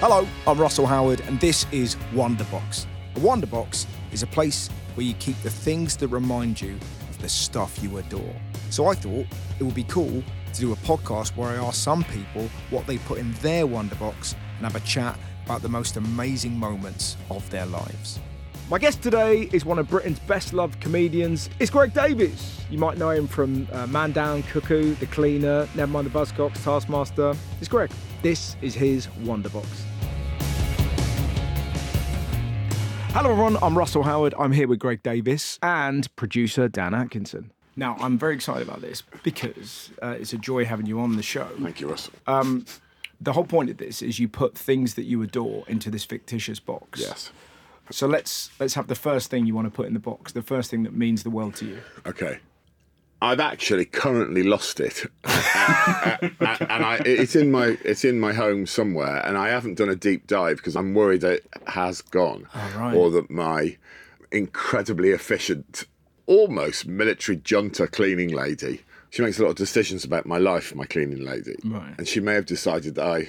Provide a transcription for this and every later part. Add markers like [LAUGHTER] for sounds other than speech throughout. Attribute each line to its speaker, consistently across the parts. Speaker 1: Hello, I'm Russell Howard, and this is Wonderbox. A Wonderbox is a place where you keep the things that remind you of the stuff you adore. So I thought it would be cool to do a podcast where I ask some people what they put in their Wonderbox and have a chat about the most amazing moments of their lives. My guest today is one of Britain's best loved comedians. It's Greg Davies. You might know him from uh, Man Down, Cuckoo, The Cleaner, Nevermind the Buzzcocks, Taskmaster. It's Greg. This is his Wonderbox. Hello, everyone. I'm Russell Howard. I'm here with Greg Davis and producer Dan Atkinson. Now, I'm very excited about this because uh, it's a joy having you on the show.
Speaker 2: Thank you, Russell.
Speaker 1: Uh, The whole point of this is you put things that you adore into this fictitious box.
Speaker 2: yes.
Speaker 1: So let's let's have the first thing you want to put in the box, the first thing that means the world to you.
Speaker 2: Okay. I've actually currently lost it, [LAUGHS] and, and I, it's in my it's in my home somewhere, and I haven't done a deep dive because I'm worried it has gone,
Speaker 1: right.
Speaker 2: or that my incredibly efficient, almost military junta cleaning lady. She makes a lot of decisions about my life, my cleaning lady,
Speaker 1: Right.
Speaker 2: and she may have decided that I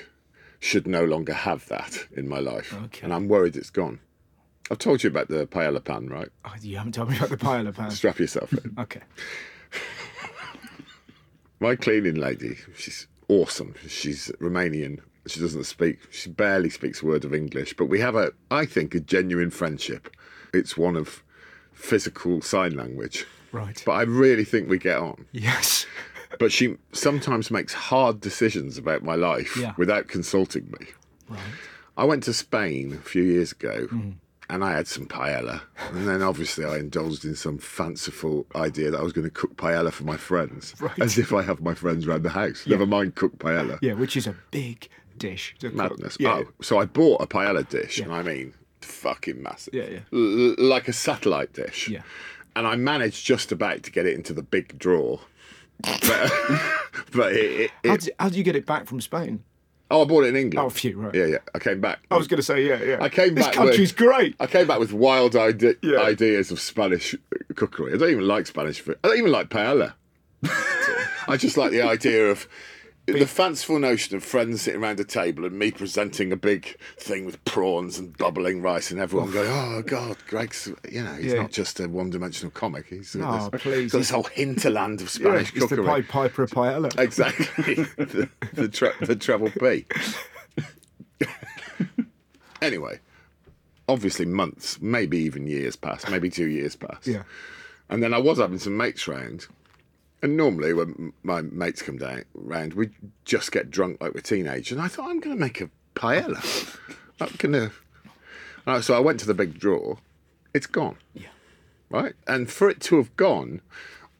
Speaker 2: should no longer have that in my life,
Speaker 1: Okay.
Speaker 2: and I'm worried it's gone. I've told you about the paella pan, right?
Speaker 1: Oh, you haven't told me about the pile of hands.
Speaker 2: Strap yourself in.
Speaker 1: [LAUGHS] Okay.
Speaker 2: My cleaning lady, she's awesome. She's Romanian. She doesn't speak, she barely speaks a word of English, but we have a, I think, a genuine friendship. It's one of physical sign language,
Speaker 1: Right.
Speaker 2: but I really think we get on.
Speaker 1: yes.
Speaker 2: But she sometimes makes hard decisions about my life
Speaker 1: Yeah.
Speaker 2: without consulting me.
Speaker 1: Right.
Speaker 2: I went to Spain a few years ago
Speaker 1: Mm.
Speaker 2: and I had some paella. And then obviously I indulged in some fanciful idea that I was going to cook paella for my friends.
Speaker 1: [LAUGHS] Right.
Speaker 2: As if I have my friends round the house. Never mind cook paella.
Speaker 1: Yeah, which is a big dish. to cook.
Speaker 2: Madness.
Speaker 1: Yeah.
Speaker 2: Oh, so I bought a paella dish, and I mean, fucking massive.
Speaker 1: Yeah, yeah.
Speaker 2: L- like a satellite dish.
Speaker 1: Yeah.
Speaker 2: And I managed just about to get it into the
Speaker 1: [LAUGHS]
Speaker 2: big drawer. But, [LAUGHS] but it, it,
Speaker 1: How
Speaker 2: it-
Speaker 1: do, how do you get it back from Spain?
Speaker 2: oh, I bought it in England.
Speaker 1: Oh, phew, right.
Speaker 2: Yeah, yeah. I came back.
Speaker 1: I was going to say, yeah, yeah.
Speaker 2: I came
Speaker 1: this
Speaker 2: back.
Speaker 1: country's
Speaker 2: with,
Speaker 1: great.
Speaker 2: I came back with wild ide-
Speaker 1: Yeah.
Speaker 2: ideas of Spanish cookery. I don't even like Spanish food. I don't even like
Speaker 1: [LAUGHS]
Speaker 2: paella. I just like the idea of the fanciful notion of friends sitting around a table and me presenting a big thing with prawns and bubbling rice and everyone going, "Oh God, Greg's, you know, he's
Speaker 1: Yeah.
Speaker 2: not just a one-dimensional comic. He's
Speaker 1: Oh,
Speaker 2: this-
Speaker 1: please.
Speaker 2: got this whole hinterland of
Speaker 1: Yeah, it's
Speaker 2: Spanish
Speaker 1: the
Speaker 2: cookery."
Speaker 1: Pied Piper of Paella. [LAUGHS]
Speaker 2: Exactly. the, the, tre- the treble B. anyway, obviously months, maybe even years passed, maybe two years passed.
Speaker 1: Yeah.
Speaker 2: And then I was having some mates round. And normally when m- my mates come down round, we just get drunk like we're teenagers. And I thought, I'm going to make a
Speaker 1: [LAUGHS]
Speaker 2: paella. I'm going to... So I went to the big drawer. It's gone
Speaker 1: Yeah.
Speaker 2: right? And for it to have gone,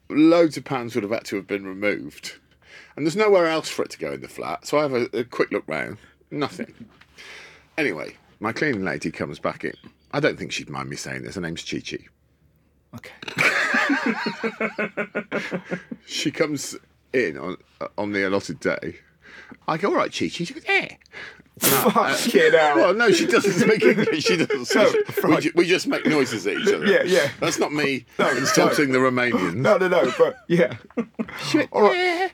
Speaker 2: loads of pounds would have had to have been removed. And there's nowhere else for it to go in the flat. So I have a, a quick look round. Nothing. Anyway, my cleaning lady comes back in. I don't think she'd mind me saying this. Her name's Chi Chi.
Speaker 1: Okay.
Speaker 2: She comes in on uh, on the allotted day. I go, all right, Chi Chi. She goes, yeah.
Speaker 1: [LAUGHS] Fuck it out.
Speaker 2: uh, Well, no, she doesn't
Speaker 1: [LAUGHS]
Speaker 2: speak English. She doesn't. speak- we, ju- we just make noises at each other.
Speaker 1: Yeah, yeah.
Speaker 2: That's not me insulting the Romanians.
Speaker 1: No, no, no. But yeah.
Speaker 2: She went, yeah.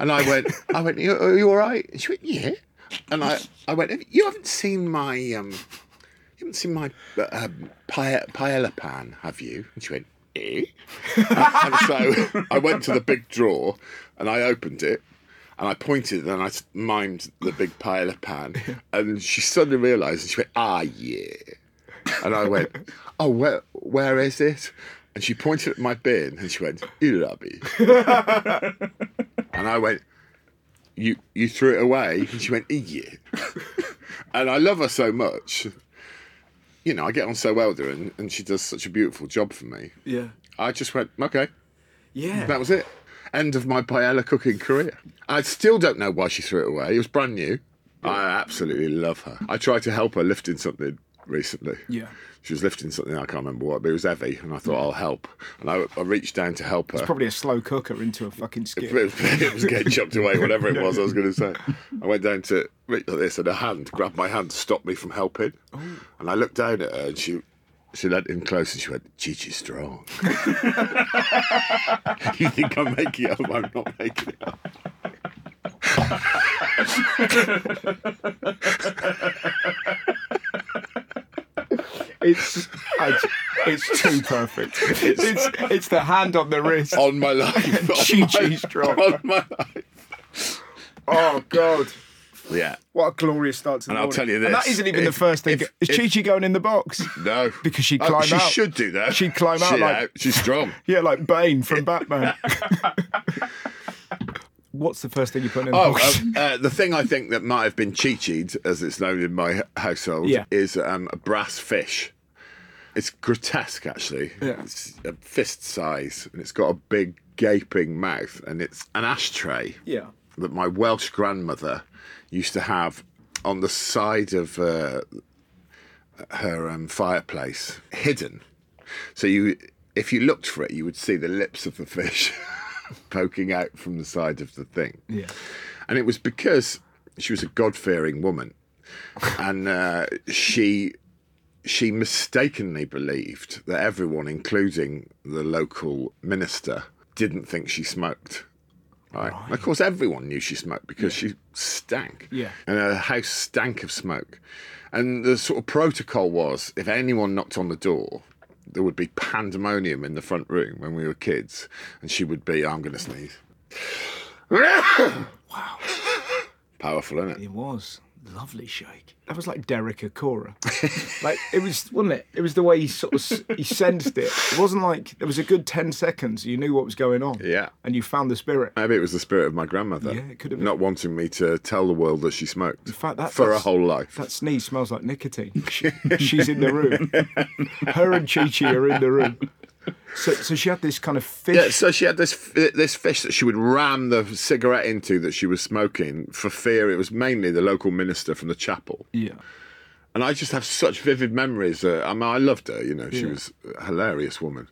Speaker 2: And I went, I went, you, are you all right? And she went, yeah. And I, I went, "Have- you haven't seen my, um, you haven't seen my uh, um, pae- paella pan, have you? And she went, eh? [LAUGHS] and so I went to the big drawer and I opened it and I pointed and I s- mimed the big paella pan. And she suddenly realised and she went, ah, yeah. And I went, oh, where, where is it? And she pointed at my bin and she went, Irabi. and I went, you you threw it away? And she went, yeah. and I love her so much. You know, I get on so well with her and, and she does such a beautiful job for me.
Speaker 1: Yeah.
Speaker 2: I just went, okay,
Speaker 1: Yeah.
Speaker 2: that was it. End of my paella cooking career. I still don't know why she threw it away. It was brand new. I absolutely love her. I tried to help her lifting something recently.
Speaker 1: Yeah.
Speaker 2: She was lifting something, I can't remember what, but it was heavy, and I thought, I'll help. And I, I reached down to help her.
Speaker 1: Probably a slow cooker into a fucking skip.
Speaker 2: It was, [LAUGHS] it was getting chopped away, whatever it was I was going to say. I went down to reach like this, and her hand grabbed my hand to stop me from helping.
Speaker 1: Oh.
Speaker 2: And I looked down at her, and she she leant in close, and she went,
Speaker 1: [LAUGHS]
Speaker 2: "Gigi's strong." [LAUGHS] you think I'm making it up? I'm not making it up.
Speaker 1: It's I j- it's too perfect. It's, [LAUGHS] it's it's the hand on the wrist.
Speaker 2: on
Speaker 1: [LAUGHS]
Speaker 2: my life. on
Speaker 1: Cheese
Speaker 2: my-
Speaker 1: cheese drop.
Speaker 2: On my life.
Speaker 1: Oh God.
Speaker 2: Yeah.
Speaker 1: What a glorious start to the
Speaker 2: And I'll
Speaker 1: morning.
Speaker 2: tell you
Speaker 1: And that
Speaker 2: this,
Speaker 1: isn't even the
Speaker 2: if-
Speaker 1: first thing.
Speaker 2: if-
Speaker 1: Is
Speaker 2: if-
Speaker 1: Chi Chi going in the
Speaker 2: [LAUGHS]
Speaker 1: box?
Speaker 2: No.
Speaker 1: Because she'd
Speaker 2: Oh,
Speaker 1: climb
Speaker 2: she
Speaker 1: out.
Speaker 2: should do that.
Speaker 1: She'd climb out
Speaker 2: She-
Speaker 1: like-
Speaker 2: yeah, she's strong.
Speaker 1: Yeah, like Bane
Speaker 2: [LAUGHS]
Speaker 1: from Batman. What's the first thing you put in the
Speaker 2: Oh,
Speaker 1: box?
Speaker 2: uh, uh, the thing I think that might have been chichied, as it's known in my h- household,
Speaker 1: Yeah.
Speaker 2: is um, a brass fish. It's grotesque, actually.
Speaker 1: Yeah.
Speaker 2: It's a fist size, and it's got a big gaping mouth, and it's an ashtray
Speaker 1: yeah.
Speaker 2: that my Welsh grandmother used to have on the side of uh, her um, fireplace, hidden. So you, if you looked for it, you would see the lips of the fish [LAUGHS] poking out from the side of the thing.
Speaker 1: Yeah.
Speaker 2: And it was because she was a God fearing woman. And uh, she she mistakenly believed that everyone, including the local minister, didn't think she smoked. Right. And Of course, everyone knew she smoked because she stank.
Speaker 1: Yeah.
Speaker 2: And her house stank of smoke. And the sort of protocol was if anyone knocked on the door, there would be pandemonium in the front room when we were kids. And she would be, I'm going to sneeze. wow. Powerful, isn't it?
Speaker 1: It was lovely shake. That was like Derek
Speaker 2: [LAUGHS]
Speaker 1: Akora. like it was, wasn't it? It was the way he sort of s- he sensed it. It wasn't like there was a good ten seconds. You knew what was going on.
Speaker 2: Yeah.
Speaker 1: And you found the spirit.
Speaker 2: Maybe it was the spirit of my grandmother.
Speaker 1: Yeah, it could have been.
Speaker 2: Not wanting me to tell the world that she smoked. In
Speaker 1: fact, that-
Speaker 2: for her
Speaker 1: that's-
Speaker 2: whole life.
Speaker 1: That sneeze smells like
Speaker 2: [LAUGHS]
Speaker 1: nicotine. She's in the room. Her and Chi Chi are in the room. So, so she had this kind of fish.
Speaker 2: Yeah, so she had this f- this fish that she would ram the cigarette into that she was smoking for fear it was mainly the local minister from the chapel.
Speaker 1: Yeah.
Speaker 2: And I just have such vivid memories. Uh, I mean, I loved her. You know, she was a hilarious woman,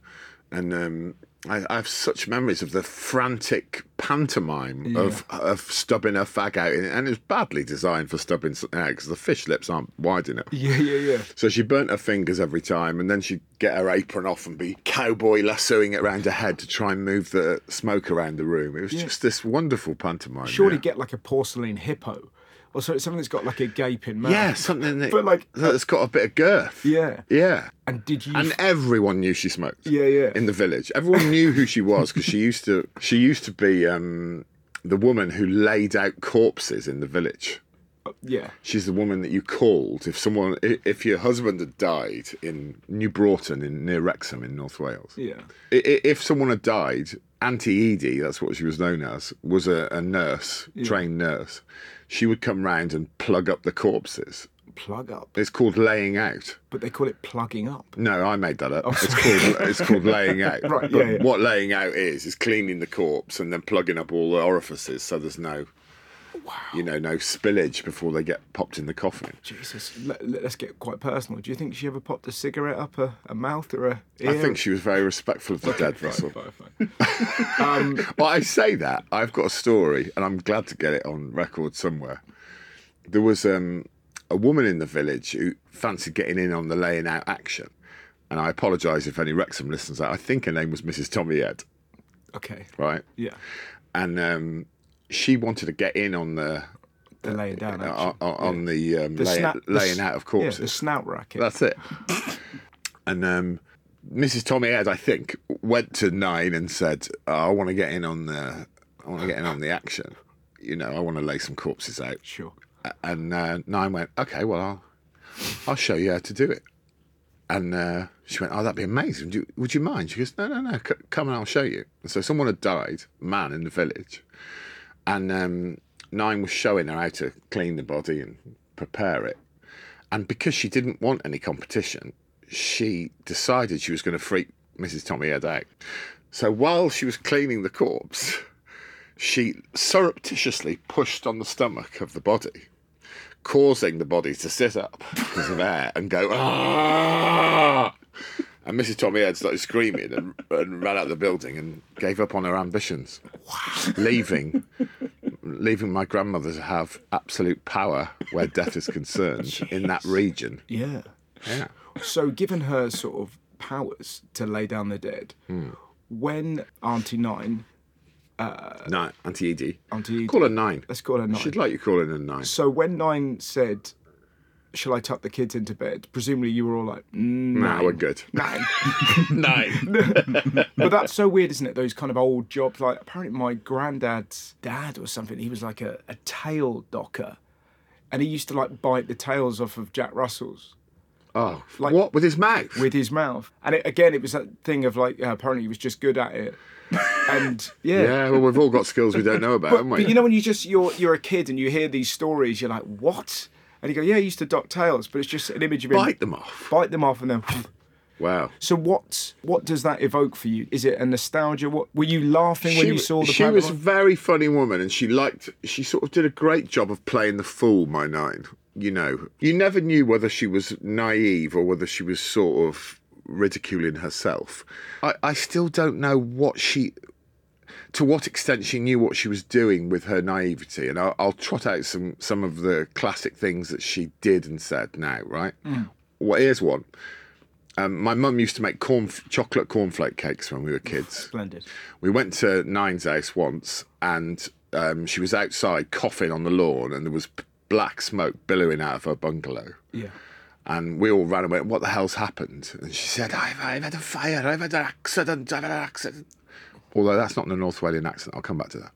Speaker 2: and um, I, I have such memories of the frantic pantomime of of stubbing her fag out, and it was badly designed for stubbing something out because the fish lips aren't wide enough.
Speaker 1: Yeah, yeah, yeah.
Speaker 2: So she burnt her fingers every time, and then she'd get her apron off and be cowboy lassoing it around her head to try and move the smoke around the room. It was just this wonderful pantomime.
Speaker 1: Surely
Speaker 2: yeah.
Speaker 1: get like a porcelain hippo. Or so it's something that's got like a gaping mouth.
Speaker 2: yeah, something that,
Speaker 1: But, like-
Speaker 2: that's got a bit of girth.
Speaker 1: Yeah.
Speaker 2: Yeah.
Speaker 1: And did you
Speaker 2: And everyone knew she smoked.
Speaker 1: Yeah, yeah.
Speaker 2: In the village, everyone knew who she was because she used to. She used to be um, the woman who laid out corpses in the village.
Speaker 1: Uh, Yeah.
Speaker 2: She's the woman that you called if someone, i- if your husband had died in New Broughton, in near Wrexham, in North Wales.
Speaker 1: Yeah.
Speaker 2: I- i- if someone had died, Auntie Edie, that's what she was known as, was a, a nurse, trained nurse. She would come round and plug up the corpses.
Speaker 1: Plug up.
Speaker 2: It's called laying out.
Speaker 1: But they call it plugging up.
Speaker 2: No, I made that up. it's called it's called laying out.
Speaker 1: Oh, [LAUGHS] Right,
Speaker 2: But
Speaker 1: yeah, yeah.
Speaker 2: what laying out is is cleaning the corpse and then plugging up all the orifices so there's no, you know, no spillage before they get popped in the coffin.
Speaker 1: Jesus, let, us get quite personal. Do you think she ever popped a cigarette up her, her mouth or her ear?
Speaker 2: I think she was very respectful of the dead, Russell.
Speaker 1: Um,
Speaker 2: Well, I say that I've got a story, and I'm glad to get it on record somewhere. There was um, a woman in the village who fancied getting in on the laying out action, and I apologise if any Wrexham listeners. I think her name was Mrs. Tommy Ed,
Speaker 1: okay.
Speaker 2: right?
Speaker 1: Yeah.
Speaker 2: And um, she wanted to get in on the
Speaker 1: The laying down. action.
Speaker 2: on, on the, um,
Speaker 1: the
Speaker 2: lay-
Speaker 1: sna- the
Speaker 2: laying
Speaker 1: s-
Speaker 2: out of
Speaker 1: Yeah, the
Speaker 2: corpses.
Speaker 1: snout racket.
Speaker 2: That's it. and um, Mrs. Tommy Ed, I think, went to nine and said, "Oh, "I want to get in on the, I want to get in on the action. You know, I want to lay some corpses out."
Speaker 1: sure.
Speaker 2: A- And uh, nine went, "Okay, well, I'll, I'll show you how to do it." And uh, she went, "Oh, that'd be amazing. Would you, would you mind?" She goes, "No, no, no. C- come and I'll show you." And so someone had died, man in the village, and um, Nine was showing her how to clean the body and prepare it. And because she didn't want any competition, she decided she was going to freak Mrs. Tommy Ed out. So while she was cleaning the corpse, she surreptitiously pushed on the stomach of the body, causing the body to sit up because of air and go, ah! And Mrs. Tommy Ed started screaming and, and ran out of the building and gave up on her ambitions, leaving leaving my grandmother to have absolute power where death
Speaker 1: [LAUGHS]
Speaker 2: is concerned in that region.
Speaker 1: Yeah.
Speaker 2: Yeah.
Speaker 1: So, given her sort of powers to lay down the dead,
Speaker 2: Hmm.
Speaker 1: when Auntie Nine,
Speaker 2: No, Auntie Edie.
Speaker 1: Auntie Edie.
Speaker 2: Call her nine.
Speaker 1: let's call her Nine.
Speaker 2: She'd like you calling her nine.
Speaker 1: So when Nine said, shall I tuck the kids into bed? Presumably you were all like, no,
Speaker 2: Nah, we're good.
Speaker 1: [LAUGHS] nine.
Speaker 2: Nine.
Speaker 1: but that's so weird, isn't it? Those kind of old jobs. Like apparently my granddad's dad or something, he was like a, a tail docker. And he used to like bite the tails off of Jack Russell's
Speaker 2: oh,
Speaker 1: Like-
Speaker 2: what with his mouth?
Speaker 1: with his mouth. And it, again, it was that thing of like, uh, apparently he was just good at
Speaker 2: [LAUGHS]
Speaker 1: it. And yeah.
Speaker 2: yeah, well, we've all got skills we don't know about, haven't we?
Speaker 1: But you know when you just you're you're a kid and you hear these stories, you're like, what? And you go, yeah, I used to dock tails, but it's just an image of him
Speaker 2: bite them off.
Speaker 1: bite them off and then.
Speaker 2: Wow.
Speaker 1: So what what does that evoke for you? Is it a nostalgia? What were you laughing when you saw the
Speaker 2: she was
Speaker 1: [LAUGHS]
Speaker 2: a
Speaker 1: pantomime?
Speaker 2: very funny woman, and she liked. She sort of did a great job of playing the fool. My nine, you know, you never knew whether she was naive or whether she was sort of ridiculing herself. I, I still don't know what she, to what extent she knew what she was doing with her naivety, and I'll, I'll trot out some some of the classic things that she did and said now. Right.
Speaker 1: Mm.
Speaker 2: Well, here's one. Um, my mum used to make corn chocolate cornflake cakes when we were kids.
Speaker 1: Splendid.
Speaker 2: We went to Nine's house once, and um, she was outside coughing on the lawn, and there was p- black smoke billowing out of her bungalow.
Speaker 1: Yeah.
Speaker 2: And we all ran away. What the hell's happened? And she said, I've, I've had a fire, I've had an accident, I've had an accident. Although that's not in a North Walian accent, I'll come back to that.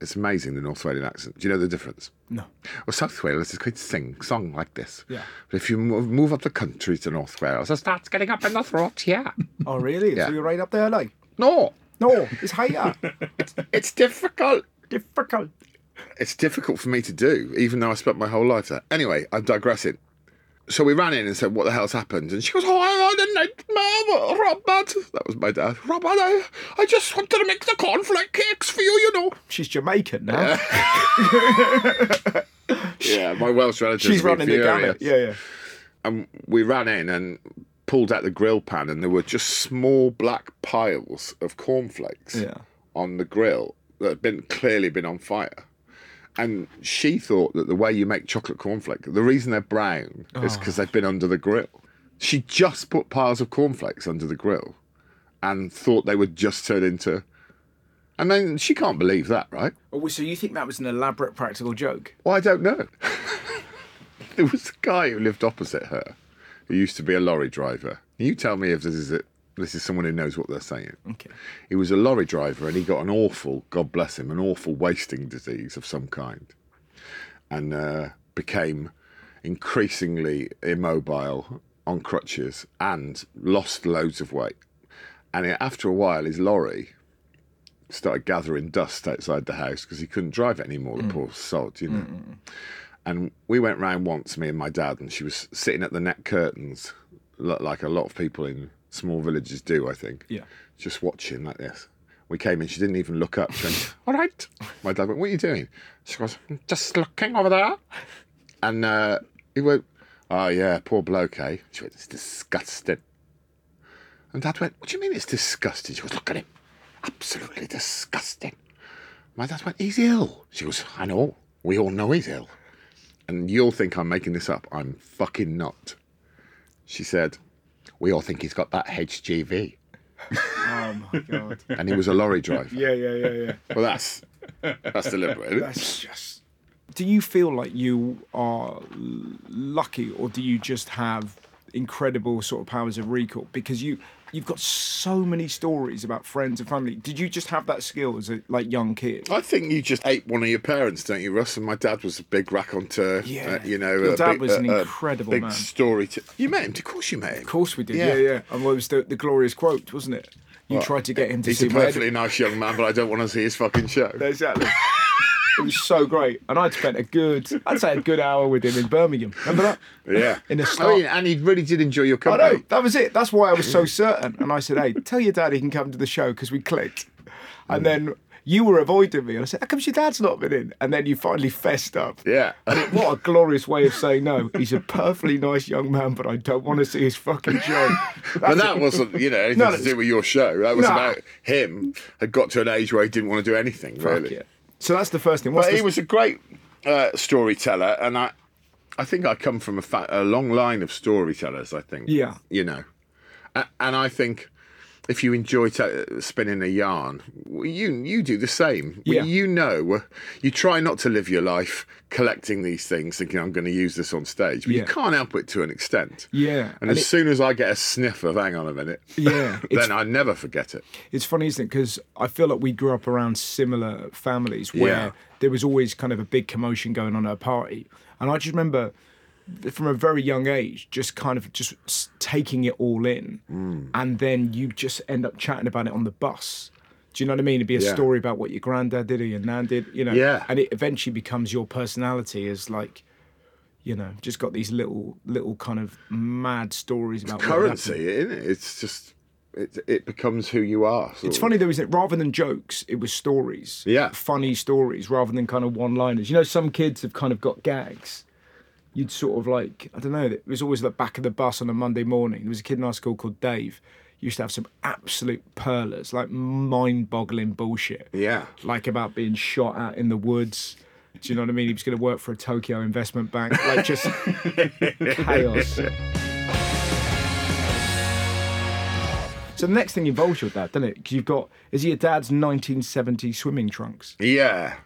Speaker 2: It's amazing the North Walian accent. Do you know the difference?
Speaker 1: No.
Speaker 2: Well, South Wales is quite sing song like this.
Speaker 1: Yeah.
Speaker 2: But if you move, move up the country to North Wales, it starts getting up in the throat. Yeah.
Speaker 1: Oh really?
Speaker 2: Yeah.
Speaker 1: So you're right up there, like.
Speaker 2: no,
Speaker 1: No, it's
Speaker 2: [LAUGHS]
Speaker 1: higher.
Speaker 2: it's difficult.
Speaker 1: Difficult.
Speaker 2: it's difficult for me to do, even though I spent my whole life there. Anyway, I'm digressing. So we ran in and said, "What the hell's happened?" And she goes, "Oh, I had a nightmare, Robert." That was my dad. Robert, I, I just wanted to make the cornflake cakes for you, you know.
Speaker 1: She's Jamaican now.
Speaker 2: Yeah, my Welsh relatives.
Speaker 1: She's
Speaker 2: were
Speaker 1: running the
Speaker 2: furious.
Speaker 1: gamut. Yeah, yeah.
Speaker 2: and we ran in and pulled out the grill pan and there were just small black piles of cornflakes
Speaker 1: Yeah.
Speaker 2: on the grill that had been clearly been on fire and she thought that the way you make chocolate cornflake the reason they're brown is because they've been under the grill she just put piles of cornflakes under the grill and thought they would just turn into i mean she can't believe that right
Speaker 1: Oh, so you think that was an elaborate practical joke?
Speaker 2: well, I don't know. [LAUGHS] there was a guy who lived opposite her, who used to be a lorry driver. You tell me if this is it. This is someone who knows what they're saying.
Speaker 1: Okay.
Speaker 2: He was a lorry driver, and he got an awful, God bless him, an awful wasting disease of some kind, and uh, became increasingly immobile on crutches and lost loads of weight. And after a while, his lorry started gathering dust outside the house because he couldn't drive it anymore. The poor sod, you know. And we went round once, me and my dad, and she was sitting at the net curtains, lo- like a lot of people in small villages do, I think.
Speaker 1: Yeah.
Speaker 2: Just watching like this. We came in, she didn't even look up. She went, [LAUGHS] All right. My dad went, What are you doing? She goes, "I'm Just looking over there. And uh, he went, Oh, yeah, poor bloke, eh? She went, It's disgusting. And dad went, What do you mean it's disgusting? She goes, Look at him. Absolutely disgusting. My dad went, He's ill. She goes, I know. We all know he's ill and you'll think I'm making this up. I'm fucking not. She said, We all think he's got that HGV.
Speaker 1: Oh my god.
Speaker 2: And he was a lorry driver.
Speaker 1: [LAUGHS] Yeah, yeah, yeah, yeah.
Speaker 2: Well, that's that's deliberate. isn't it?
Speaker 1: That's just. Do you feel like you are l- lucky, or do you just have incredible sort of powers of recall? Because you you've got so many stories about friends and family. Did you just have that skill as a like young kid?
Speaker 2: I think you just ape one of your parents, don't you, Russ? And my dad was a big raconteur.
Speaker 1: Yeah.
Speaker 2: uh, you know,
Speaker 1: Your
Speaker 2: a
Speaker 1: dad
Speaker 2: big-
Speaker 1: was an
Speaker 2: a- a
Speaker 1: incredible
Speaker 2: big
Speaker 1: man.
Speaker 2: story. To, you met him, of course, you met him.
Speaker 1: Of course we did. Yeah,
Speaker 2: Yeah.
Speaker 1: yeah. And what was the, the glorious quote, wasn't it? You tried to get him to
Speaker 2: He's
Speaker 1: see
Speaker 2: a
Speaker 1: my
Speaker 2: perfectly nice young man, but I don't want to see his fucking show.
Speaker 1: Exactly. it was so great, and I'd spent a good, I'd say a good hour with him in Birmingham. Remember that?
Speaker 2: Oh, Yeah,
Speaker 1: [LAUGHS] In a
Speaker 2: I
Speaker 1: start.
Speaker 2: mean, and he really did enjoy your
Speaker 1: I
Speaker 2: company.
Speaker 1: know. That was it. That's why I was so certain. And I said, "Hey, tell your dad he can come to the show because we clicked."
Speaker 2: Mm.
Speaker 1: And then you were avoiding me, and I said, "How comes your dad's not been in?" And then you finally fessed up. [LAUGHS]
Speaker 2: Yeah,
Speaker 1: And
Speaker 2: [LAUGHS]
Speaker 1: it, what a glorious way of saying no. He's a perfectly nice young man, but I don't want to see his fucking
Speaker 2: [LAUGHS]
Speaker 1: show.
Speaker 2: But that wasn't, you know,
Speaker 1: [LAUGHS]
Speaker 2: anything
Speaker 1: No,
Speaker 2: to
Speaker 1: it's-
Speaker 2: do with your show. That was
Speaker 1: Nah.
Speaker 2: about him had got to an age where he didn't want to do anything, really.
Speaker 1: Yeah. So that's the first thing. What's
Speaker 2: But he
Speaker 1: the-
Speaker 2: was a great uh, storyteller, and I, I think I come from a, fa- a long line of storytellers. I think,
Speaker 1: Yeah.
Speaker 2: you know, A- and I think if you enjoy t- spinning a yarn, you you do the same.
Speaker 1: Yeah.
Speaker 2: You know, you try not to live your life collecting these things, thinking I'm going to use this on stage, but
Speaker 1: Yeah.
Speaker 2: you can't help it to an extent.
Speaker 1: Yeah, and
Speaker 2: And, as soon as I get a sniff of, hang on a minute, [LAUGHS]
Speaker 1: Yeah, it's-
Speaker 2: then I never forget it.
Speaker 1: It's funny, isn't it? Because I feel like we grew up around similar families where
Speaker 2: Yeah.
Speaker 1: there was always kind of a big commotion going on at a party, and I just remember from a very young age just kind of just s- taking it all in,
Speaker 2: Mm.
Speaker 1: and then you just end up chatting about it on the bus. Do you know what I mean? It'd be a
Speaker 2: Yeah.
Speaker 1: story about what your granddad did or your nan did, you know.
Speaker 2: Yeah.
Speaker 1: And it eventually becomes your personality as like, you know, just got these little little kind of mad stories about what happened.
Speaker 2: Currency, isn't it? It's just it it becomes who you are. sort
Speaker 1: It's
Speaker 2: of.
Speaker 1: funny though, isn't it? Rather than jokes, it was stories.
Speaker 2: Yeah.
Speaker 1: Funny stories rather than kind of one liners. You know, some kids have kind of got gags. You'd sort of like, I don't know, it was always the back of the bus on a Monday morning. There was a kid in our school called Dave. He used to have some absolute perlers, like mind boggling bullshit.
Speaker 2: Yeah.
Speaker 1: Like about being shot at in the woods. Do you know what I mean? He was going to work for a Tokyo investment bank. Like
Speaker 2: [LAUGHS]
Speaker 1: just chaos. So the next thing involves your dad, doesn't it? 'Cause you've got is your dad's 1970 swimming trunks?
Speaker 2: Yeah.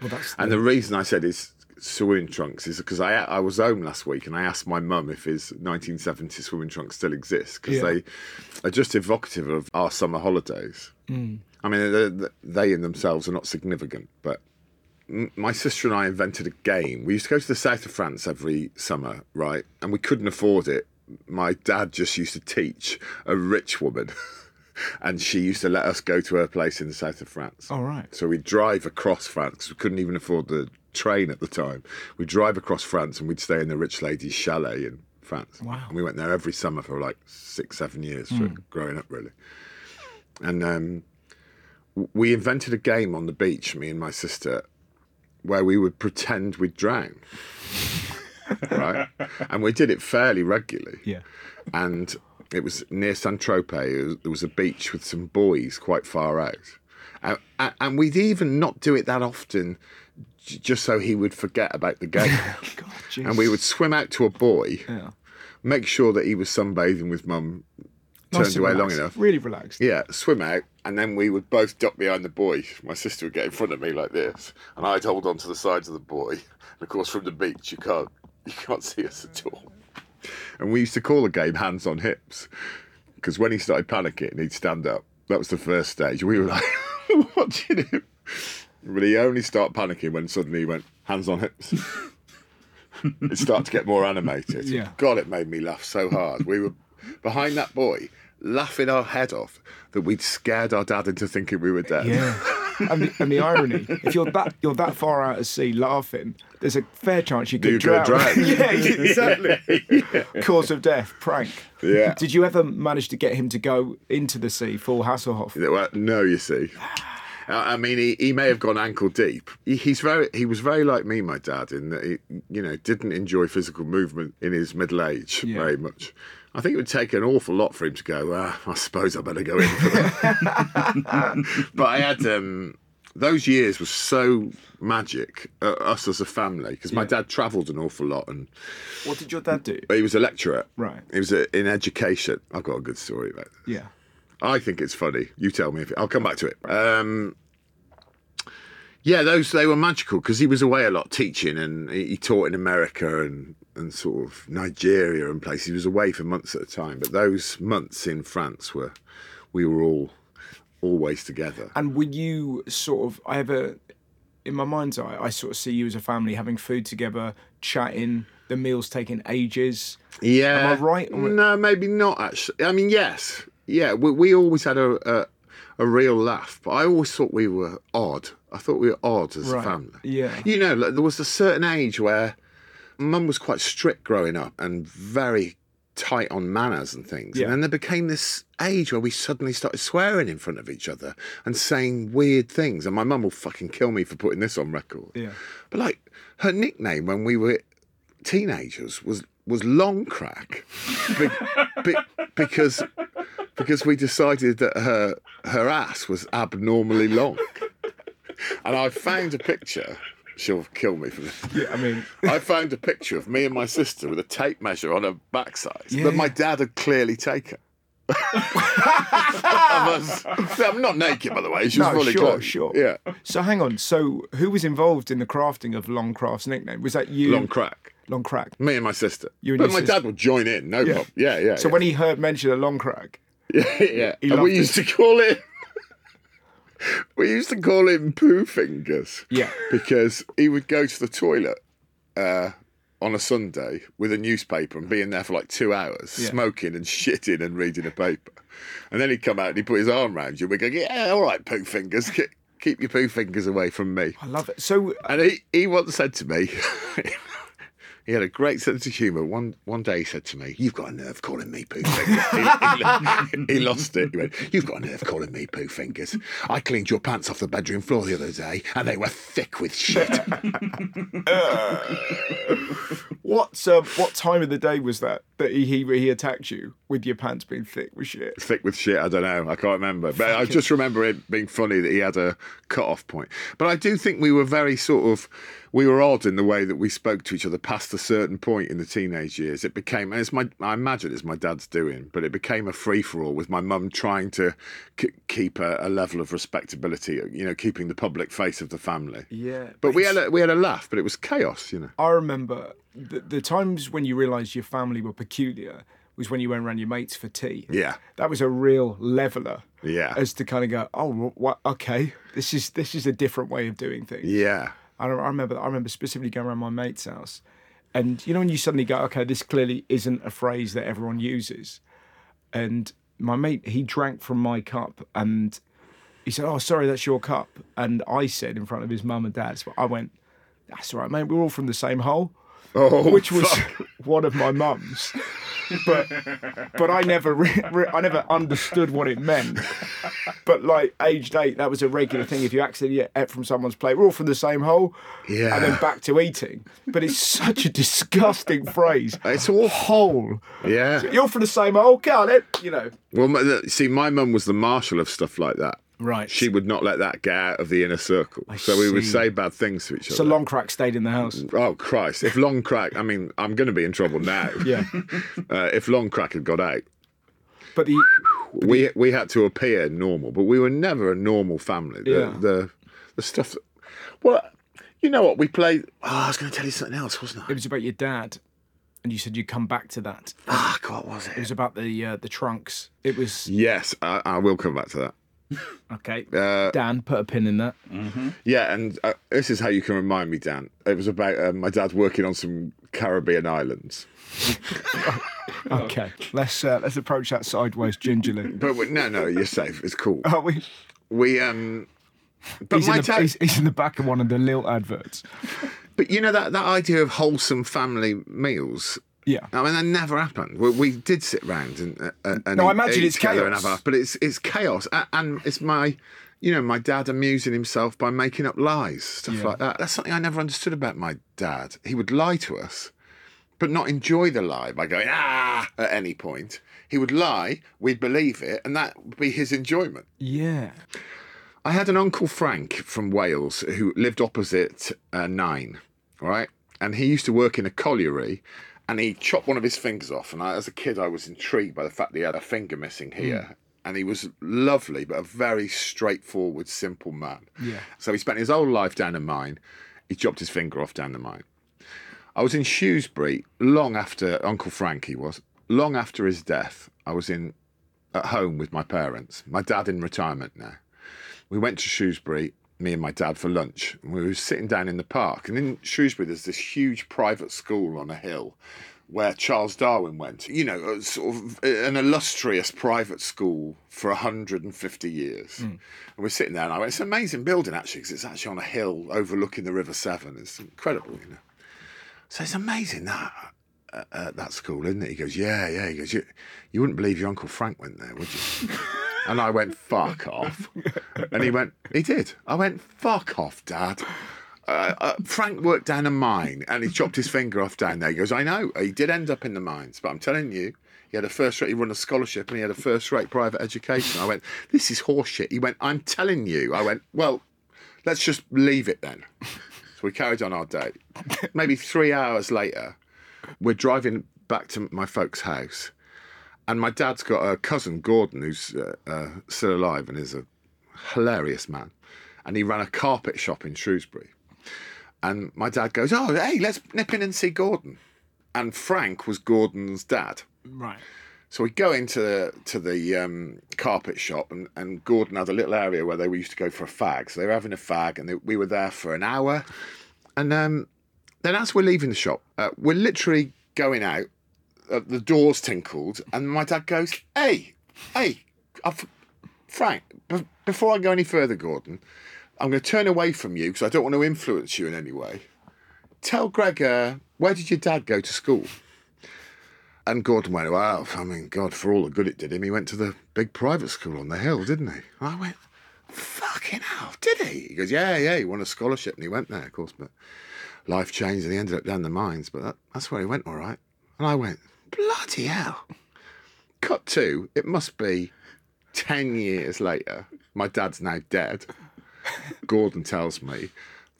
Speaker 1: Well, that's
Speaker 2: And the reason I said is swimming trunks is because I I was home last week and I asked my mum if his 1970 swimming trunks still exist because
Speaker 1: Yeah.
Speaker 2: they are just evocative of our summer holidays. I mean, they, they in themselves are not significant, but m- my sister and I invented a game. We used to go to the south of France every summer, right? And we couldn't afford it. My dad just used to teach a rich woman. [LAUGHS] And she used to let us go to her place in the south of France.
Speaker 1: All right.
Speaker 2: So we'd drive across France because we couldn't even afford the train at the time. We'd drive across France and we'd stay in the rich lady's chalet in France.
Speaker 1: Wow.
Speaker 2: And we went there every summer for like six, seven years for growing up, really. And um, w- we invented a game on the beach, me and my sister, where we would pretend we'd drown. [LAUGHS] right? And we did it fairly regularly
Speaker 1: yeah.
Speaker 2: and it was near San Trope. It was- There was a beach with some buoys quite far out, and, and- and we'd even not do it that often, j- just so he would forget about
Speaker 1: [LAUGHS]
Speaker 2: the game.
Speaker 1: God,
Speaker 2: and we would swim out to a buoy,
Speaker 1: Yeah.
Speaker 2: make sure that he was sunbathing with mum,
Speaker 1: Nice and
Speaker 2: turned away long
Speaker 1: relaxed,
Speaker 2: enough.
Speaker 1: Really relaxed.
Speaker 2: Yeah, swim out, and then we would both duck behind the buoy. My sister would get in front of me like this, and I'd hold on to the sides of the buoy. And of course, from the beach, you can't [LAUGHS] you can't see us at all. And we used to call the game hands on hips, because when he started panicking, he'd stand up. That was the first stage. We were like [LAUGHS] watching him, but he only started panicking when suddenly he went hands on hips. [LAUGHS] it started to get more animated.
Speaker 1: Yeah.
Speaker 2: God, it made me laugh so hard. We were behind that boy, laughing our head off that we'd scared our dad into thinking we were dead.
Speaker 1: Yeah. [LAUGHS] and, the, and the irony, if you're that you're that far out at sea laughing, there's a fair chance you could
Speaker 2: You're
Speaker 1: drown.
Speaker 2: gonna
Speaker 1: [LAUGHS]
Speaker 2: drown.
Speaker 1: yeah, exactly. Cause of death, prank.
Speaker 2: Yeah.
Speaker 1: Did you ever manage to get him to go into the sea, full Hasselhoff?
Speaker 2: Well, no, you see. I I mean, he, he may have gone ankle deep. He, he's very he was very like me, my dad, in that he you know didn't enjoy physical movement in his middle age
Speaker 1: Yeah.
Speaker 2: very much. I think it would take an awful lot for him to go. Ah, I suppose I better go in. For that. [LAUGHS] but I had um, those years were so magic. Uh, us as a family, because my dad travelled an awful lot and
Speaker 1: What did your dad do?
Speaker 2: he was a lecturer.
Speaker 1: Right.
Speaker 2: He was a, in education. I've got a good story about this.
Speaker 1: Yeah.
Speaker 2: I think it's funny. You tell me if I'll come back to it. Um, yeah, those they were magical because he was away a lot teaching, and he, he taught in America and and sort of Nigeria and places. He was away for months at a time, but those months in France were we were all always together.
Speaker 1: And would you sort of, I have a, in my mind's eye, I sort of see you as a family having food together, chatting, the meals taking ages.
Speaker 2: Yeah.
Speaker 1: Am I right? Or-
Speaker 2: No, maybe not actually. I mean, yes. Yeah, we, we always had a, a a real laugh, but I always thought we were odd. I thought we were odd as
Speaker 1: Right.
Speaker 2: a family.
Speaker 1: Yeah.
Speaker 2: You know, like, there was a certain age where mum was quite strict growing up and very tight on manners and things.
Speaker 1: Yeah.
Speaker 2: And then there became this age where we suddenly started swearing in front of each other and saying weird things. And my mum will fucking kill me for putting this on record.
Speaker 1: Yeah.
Speaker 2: But like her nickname when we were teenagers was was long crack, be, be, because because we decided that her her ass was abnormally long, and I found a picture. She'll kill me for this.
Speaker 1: I mean,
Speaker 2: I found a picture of me and my sister with a tape measure on her backside
Speaker 1: Yeah,
Speaker 2: that my
Speaker 1: yeah. [LAUGHS]
Speaker 2: dad had clearly taken. of us. I'm not naked, by the way. She was
Speaker 1: No,
Speaker 2: fully
Speaker 1: sure,
Speaker 2: clothed.
Speaker 1: sure.
Speaker 2: Yeah.
Speaker 1: [LAUGHS] So hang on. So who was involved in the crafting of Longcraft's nickname? Was that you?
Speaker 2: Long crack.
Speaker 1: Long crack.
Speaker 2: Me and my sister.
Speaker 1: You and
Speaker 2: but
Speaker 1: your
Speaker 2: my
Speaker 1: sister.
Speaker 2: dad would join in. No problem. Yeah, yeah.
Speaker 1: So
Speaker 2: yeah.
Speaker 1: when he heard mention of long crack,
Speaker 2: [LAUGHS] yeah, yeah.
Speaker 1: he
Speaker 2: and we
Speaker 1: loved
Speaker 2: used to call it. [LAUGHS] we used to call him poo fingers.
Speaker 1: Yeah. [LAUGHS]
Speaker 2: Because he would go to the toilet uh, on a Sunday with a newspaper and be in there for like two hours,
Speaker 1: Yeah.
Speaker 2: smoking and [LAUGHS] shitting and reading a paper, and then he'd come out and he'd put his arm round you. and We'd go, "Yeah, all right, poo fingers, keep, keep your poo fingers away from me."
Speaker 1: I love it. So
Speaker 2: And he, he once said to me, [LAUGHS] he had a great sense of humour. One one day he said to me, You've got a nerve calling me poo fingers. he, he lo- [LAUGHS] he lost it. He went, You've got a nerve calling me poo fingers. I cleaned your pants off the bedroom floor the other day and they were thick with shit.
Speaker 1: what? Uh, what time of the day was that that he, he he attacked you with your pants being thick with shit?
Speaker 2: thick with shit, I don't know. I can't remember. But I just remember it being funny that he had a cut off point. But I do think we were very sort of we were odd in the way that we spoke to each other past a certain point in the teenage years. It became and it's my I imagine it's my dad's doing, but it became a free for all with my mum trying to k- keep a, a level of respectability, you know, keeping the public face of the family.
Speaker 1: Yeah.
Speaker 2: But we had a, we had a laugh, but it was chaos, you know.
Speaker 1: I remember the, the times when you realised your family were peculiar was when you went around your mates for tea.
Speaker 2: Yeah.
Speaker 1: That was a real leveler.
Speaker 2: Yeah.
Speaker 1: As to kind of go, oh, what? Okay, this is this is a different way of doing things.
Speaker 2: Yeah.
Speaker 1: I, don't- I remember. I remember specifically going around my mate's house, and you know when you suddenly go, okay, this clearly isn't a phrase that everyone uses. And my mate, he drank from my cup, and he said, "Oh, sorry, that's your cup." And I said in front of his mum and dad, so I went, "That's all right, mate. We're all from the same hole."
Speaker 2: Oh,
Speaker 1: Which was [LAUGHS] one of my mum's, but but I never re- re- I never understood what it meant. But like aged eight, that was a regular thing. If you accidentally ate from someone's plate, we're all from the same hole.
Speaker 2: Yeah.
Speaker 1: And then back to eating. But it's such a disgusting phrase.
Speaker 2: [LAUGHS] It's awful.
Speaker 1: Hole. [LAUGHS]
Speaker 2: Yeah.
Speaker 1: You're from the same hole, can't it? You know.
Speaker 2: Well, my- the- see, my mum was the marshal of stuff like that.
Speaker 1: Right.
Speaker 2: She would not let that get out of the inner circle. so we would
Speaker 1: see.
Speaker 2: say bad things to each
Speaker 1: So
Speaker 2: other.
Speaker 1: long crack stayed in the house.
Speaker 2: oh, Christ. If Long Crack, I mean, I'm going to be in trouble now.
Speaker 1: [LAUGHS] Yeah.
Speaker 2: Uh, if Long Crack had got out,
Speaker 1: But the
Speaker 2: we we had to appear normal, but we were never a normal family. The,
Speaker 1: Yeah.
Speaker 2: the, the stuff that. Well, you know what? We played. Oh, I was going to tell you something else, wasn't
Speaker 1: it
Speaker 2: I?
Speaker 1: was about your dad, and you said you'd come back to that.
Speaker 2: Ah, God, what was
Speaker 1: It
Speaker 2: it?
Speaker 1: was about the uh, the trunks. It was
Speaker 2: Yes, I, I will come back to that.
Speaker 1: okay.
Speaker 2: Uh,
Speaker 1: Dan, put a pin in that.
Speaker 2: Yeah, and uh, this is how you can remind me, Dan. It was about uh, my dad working on some Caribbean islands.
Speaker 1: Okay, let's uh, let's approach that sideways
Speaker 2: [LAUGHS]
Speaker 1: gingerly.
Speaker 2: But we, no, no, you're safe. It's cool.
Speaker 1: Are we?
Speaker 2: We um, but
Speaker 1: He's in,
Speaker 2: my
Speaker 1: the,
Speaker 2: dad.
Speaker 1: he's, he's in the back of one of the little adverts.
Speaker 2: But you know that that idea of wholesome family meals.
Speaker 1: Yeah.
Speaker 2: I mean, that never happened. We, we did sit round and, uh, uh, and
Speaker 1: No, I
Speaker 2: eat-
Speaker 1: imagine
Speaker 2: eat
Speaker 1: it's
Speaker 2: together and
Speaker 1: chaos.
Speaker 2: have a laugh, but it's it's chaos, A- and it's my, you know, my dad amusing himself by making up lies, stuff
Speaker 1: Yeah.
Speaker 2: like that. That's something I never understood about my dad. He would lie to us, but not enjoy the lie by going ah at any point. He would lie, we'd believe it, and that would be his enjoyment.
Speaker 1: Yeah.
Speaker 2: I had an uncle Frank from Wales who lived opposite uh, Nine, all right? And he used to work in a colliery and he chopped one of his fingers off. And I, as a kid, I was intrigued by the fact that he had a finger missing here. And he was lovely, but a very straightforward, simple man.
Speaker 1: Yeah.
Speaker 2: So he spent his whole life down the mine. He chopped his finger off down the mine. I was in Shrewsbury long after Uncle Frank he was long after his death. I was in at home with my parents. My dad in retirement now. We went to Shrewsbury, me and my dad for lunch. And we were sitting down in the park, and in Shrewsbury there's this huge private school on a hill where Charles Darwin went. You know, a sort of an illustrious private school for 150 years. And we're sitting there, and I went, "It's an amazing building actually, because it's actually on a hill overlooking the River Severn. It's incredible, you know." So it's amazing that uh, uh, that school, isn't it? He goes, yeah, yeah. He goes, you, you wouldn't believe your uncle Frank went there, would you? and I went, fuck off. And he went, he did. I went, fuck off, Dad. Uh, uh, Frank worked down a mine and he chopped his finger off down there. He goes, I know. He did end up in the mines, but I'm telling you, he had a first rate, he won a scholarship and he had a first rate private education. I went, this is horseshit. He went, I'm telling you. I went, well, let's just leave it then. So we carried on our date. Maybe three hours later, we're driving back to my folks' house, And my dad's got a cousin, Gordon, who's uh, uh, still alive and is a hilarious man. And he ran a carpet shop in Shrewsbury. And my dad goes, Oh, hey, let's nip in and see Gordon. And Frank was Gordon's dad.
Speaker 1: Right.
Speaker 2: So we go into the, to the um, carpet shop, and, and Gordon had a little area where they used to go for a fag. So they were having a fag, and they, we were there for an hour. And um, then as we're leaving the shop, uh, we're literally going out. Uh, the doors tinkled, and my dad goes, "Hey, hey, I've, Frank, b- before I go any further, Gordon, I'm going to turn away from you because I don't want to influence you in any way. Tell Gregor, where did your dad go to school?" And Gordon went, well, I mean, God, for all the good it did him, he went to the big private school on the hill, didn't he? And I went, fucking hell, did he? He goes, yeah, yeah, he won a scholarship and he went there, of course, but life changed and he ended up down the mines, but that, that's where he went, all right. And I went, bloody hell. Cut to, it must be 10 years later. My dad's now dead. Gordon tells me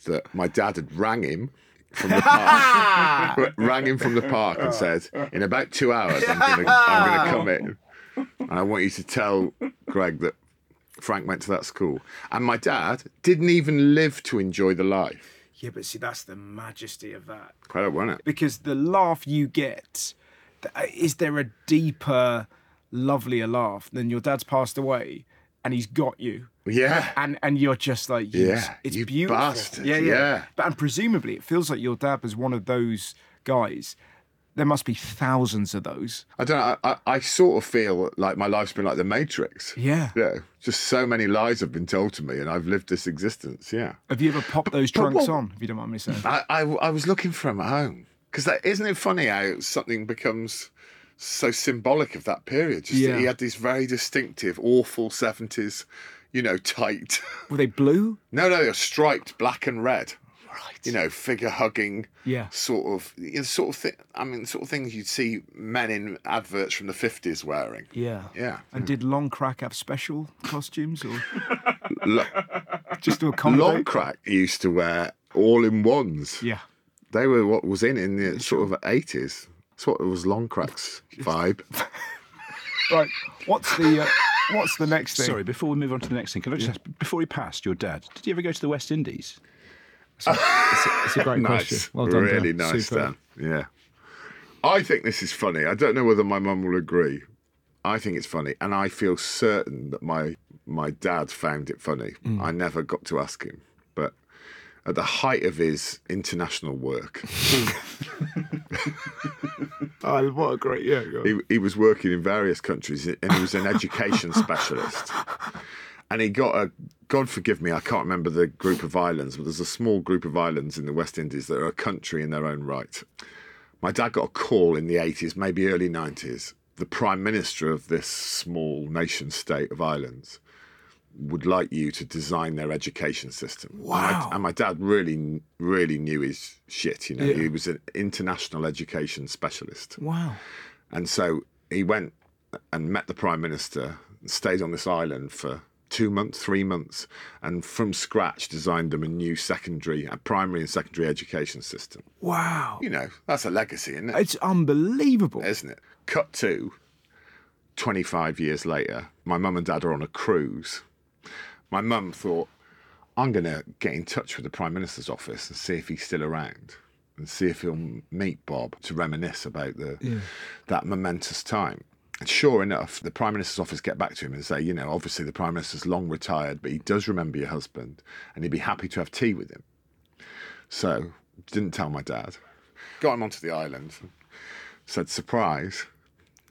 Speaker 2: that my dad had rang him from the park, r- rang him from the park and said, in about two hours, I'm going to I'm gonna come in. And I want you to tell Greg that Frank went to that school. And my dad didn't even live to enjoy the life.
Speaker 1: Yeah, but see, that's the majesty of that.
Speaker 2: Quite up, wasn't it?
Speaker 1: because the laugh you get th- uh, is there a deeper lovelier laugh than your dad's passed away and he's got you
Speaker 2: Yeah.
Speaker 1: and and you're just like yes,
Speaker 2: Yeah,
Speaker 1: it's
Speaker 2: you
Speaker 1: beautiful
Speaker 2: bastard,
Speaker 1: yeah yeah,
Speaker 2: yeah.
Speaker 1: but and presumably it feels like your dad was one of those guys there must be thousands of those
Speaker 2: I don't know. I, I, I sort of feel like my life's been like the Matrix.
Speaker 1: Yeah.
Speaker 2: Yeah. Just so many lies have been told to me, and I've lived this existence. Yeah.
Speaker 1: have you ever popped those
Speaker 2: but
Speaker 1: trunks
Speaker 2: what-
Speaker 1: on if you don't mind me saying
Speaker 2: I, I, I was looking for him at home because that isn't it funny how something becomes so symbolic of that period. Just
Speaker 1: Yeah.
Speaker 2: that he had these very distinctive, awful seventies, you know, tight. [LAUGHS]
Speaker 1: were they blue
Speaker 2: no, no, they're striped black and red. Right. You know, figure hugging.
Speaker 1: Yeah.
Speaker 2: Sort of, you know, sort of thing. I mean, sort of things you'd see men in adverts from the fifties wearing.
Speaker 1: yeah
Speaker 2: Yeah.
Speaker 1: and did long crack have special costumes or
Speaker 2: [LAUGHS] Lo-
Speaker 1: just to accommodate
Speaker 2: Long crack used to wear all in ones.
Speaker 1: yeah
Speaker 2: They were what was in in the sort of eighties. That's what it was
Speaker 1: [LAUGHS]
Speaker 2: long cracks vibe.
Speaker 1: right what's the uh, what's the next thing
Speaker 3: Sorry, before we move on to the next thing, can I just ask, before he passed, your dad, did he ever go to the West Indies?
Speaker 4: It's a
Speaker 2: [LAUGHS]
Speaker 4: great question. Well done,
Speaker 2: really
Speaker 4: Dan.
Speaker 2: nice,
Speaker 4: Superb.
Speaker 2: Dan. Yeah. I think this is funny. I don't know whether my mum will agree. I think it's funny, and I feel certain that my my dad found it funny.
Speaker 4: Mm.
Speaker 2: I never got to ask him, but at the height of his international work,
Speaker 1: Oh, what a great yeah!
Speaker 2: he, he was working in various countries and he was an education specialist. And he got a, God forgive me, I can't remember the group of islands, but there's a small group of islands in the West Indies that are a country in their own right. My dad got a call in the 80s, maybe early 90s. The Prime Minister of this small nation state of Ireland would like you to design their education system. Wow. And my, dad really, really knew his shit. You know, he was an international education specialist.
Speaker 1: Wow.
Speaker 2: And so he went and met the prime minister, stayed on this island for two months, three months, and from scratch designed them a new secondary, a primary and secondary education system.
Speaker 1: Wow.
Speaker 2: You know, that's a legacy, isn't it?
Speaker 1: It's unbelievable.
Speaker 2: Isn't it? Cut to 25 years later, my mum and dad are on a cruise. My mum thought, I'm going to get in touch with the Prime Minister's office and see if he's still around and see if he'll meet Bob to reminisce about the, that momentous time. And sure enough, the Prime Minister's office get back to him and say, you know, obviously the Prime Minister's long retired, but he does remember your husband and he'd be happy to have tea with him. So, didn't tell my dad. Got him onto the island. Said, surprise,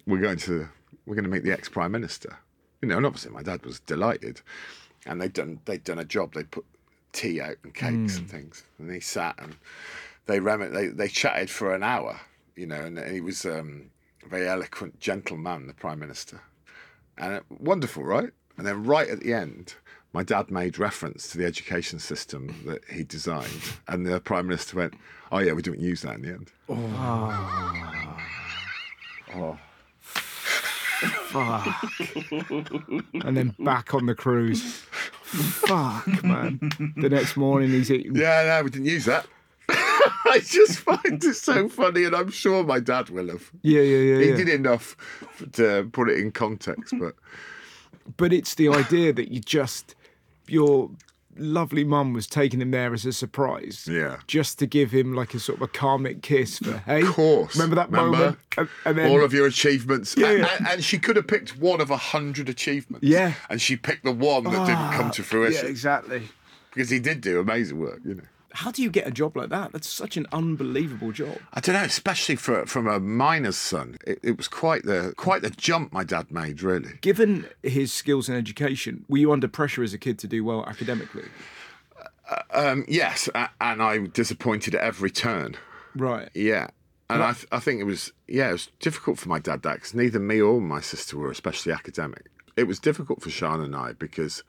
Speaker 2: we're going to we're going to meet the ex prime minister. You know, and obviously my dad was delighted, and they'd done they'd done a job. They put tea out and cakes and things, and he sat and they rem- they they chatted for an hour. You know, and he was um, a very eloquent gentleman, the prime minister, and it, wonderful, right? And then right at the end. My dad made reference to the education system that he designed, and the prime minister went, "Oh yeah, we didn't use that in the end."
Speaker 1: And
Speaker 2: [LAUGHS]
Speaker 1: then back on the cruise. Fuck, man. The next morning he's eating.
Speaker 2: Yeah, no, we didn't use that. [LAUGHS] I just find it so funny, and I'm sure my dad will have.
Speaker 1: Yeah, yeah, yeah.
Speaker 2: He
Speaker 1: yeah.
Speaker 2: did enough to put it in context, but
Speaker 1: But it's the idea that you just your lovely mum was taking him there as a surprise.
Speaker 2: Yeah.
Speaker 1: Just to give him like a sort of a karmic kiss for hey.
Speaker 2: of course.
Speaker 1: Remember that moment? And, and then
Speaker 2: all of your achievements.
Speaker 1: Yeah,
Speaker 2: And-
Speaker 1: yeah.
Speaker 2: And, and she could have picked one of a hundred achievements.
Speaker 1: Yeah. Ah,
Speaker 2: And she picked the one that didn't come to
Speaker 1: Yeah,
Speaker 2: fruition
Speaker 1: exactly.
Speaker 2: because he did do amazing work, you know.
Speaker 1: How do you get a job like that? That's such an unbelievable job.
Speaker 2: I don't know, especially for from a miner's son. It, it was quite the quite the jump my dad made, really.
Speaker 1: Given his skills and education, were you under pressure as a kid to do well academically?
Speaker 2: Um, yes, a- and I'm disappointed at every turn.
Speaker 1: Right.
Speaker 2: Yeah. And I, th- I think it was, yeah, it was difficult for my dad that because neither me or my sister were especially academic. It was difficult for Sean and I because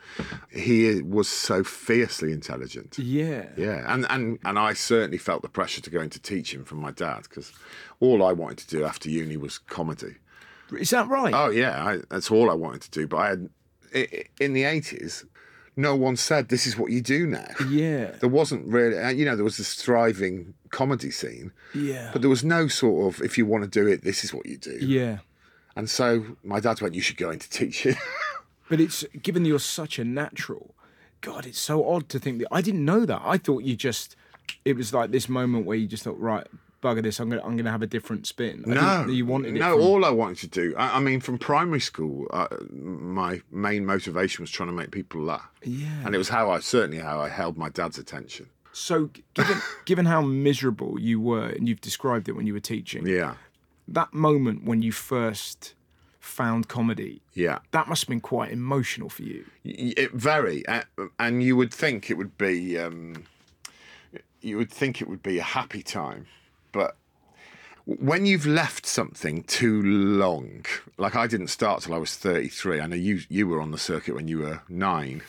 Speaker 2: he was so fiercely intelligent.
Speaker 1: Yeah.
Speaker 2: Yeah, and, and, and I certainly felt the pressure to go into teaching from my dad because all I wanted to do after uni was comedy.
Speaker 1: Is that right?
Speaker 2: Oh yeah, I, that's all I wanted to do. But I had i- i- in the eighties, no one said this is what you do now.
Speaker 1: yeah.
Speaker 2: There wasn't really, uh, you know, there was this thriving comedy scene,
Speaker 1: Yeah.
Speaker 2: but there was no sort of if you want to do it, this is what you do.
Speaker 1: yeah.
Speaker 2: And so my dad went, you should go into teaching.
Speaker 1: But it's given you're such a natural, God, it's so odd to think that I didn't know that. I thought you just it was like this moment where you just thought, right, bugger this, I'm gonna I'm gonna have a different spin. [LAUGHS] I didn't
Speaker 2: No,
Speaker 1: know you wanted it.
Speaker 2: No,
Speaker 1: from-
Speaker 2: all I wanted to do. I, I mean, from primary school, uh, my main motivation was trying to make people laugh.
Speaker 1: Yeah.
Speaker 2: and it was how I certainly how I held my dad's attention.
Speaker 1: so g- given given how miserable you were and you've described it when you were teaching,
Speaker 2: Yeah,
Speaker 1: that moment when you first found comedy,
Speaker 2: yeah.
Speaker 1: that must have been quite emotional for you.
Speaker 2: Y- It very, uh, and you would think it would be, um, you would think it would be a happy time, but when you've left something too long, like I didn't start till I was thirty-three. I know you you were on the circuit when you were nine,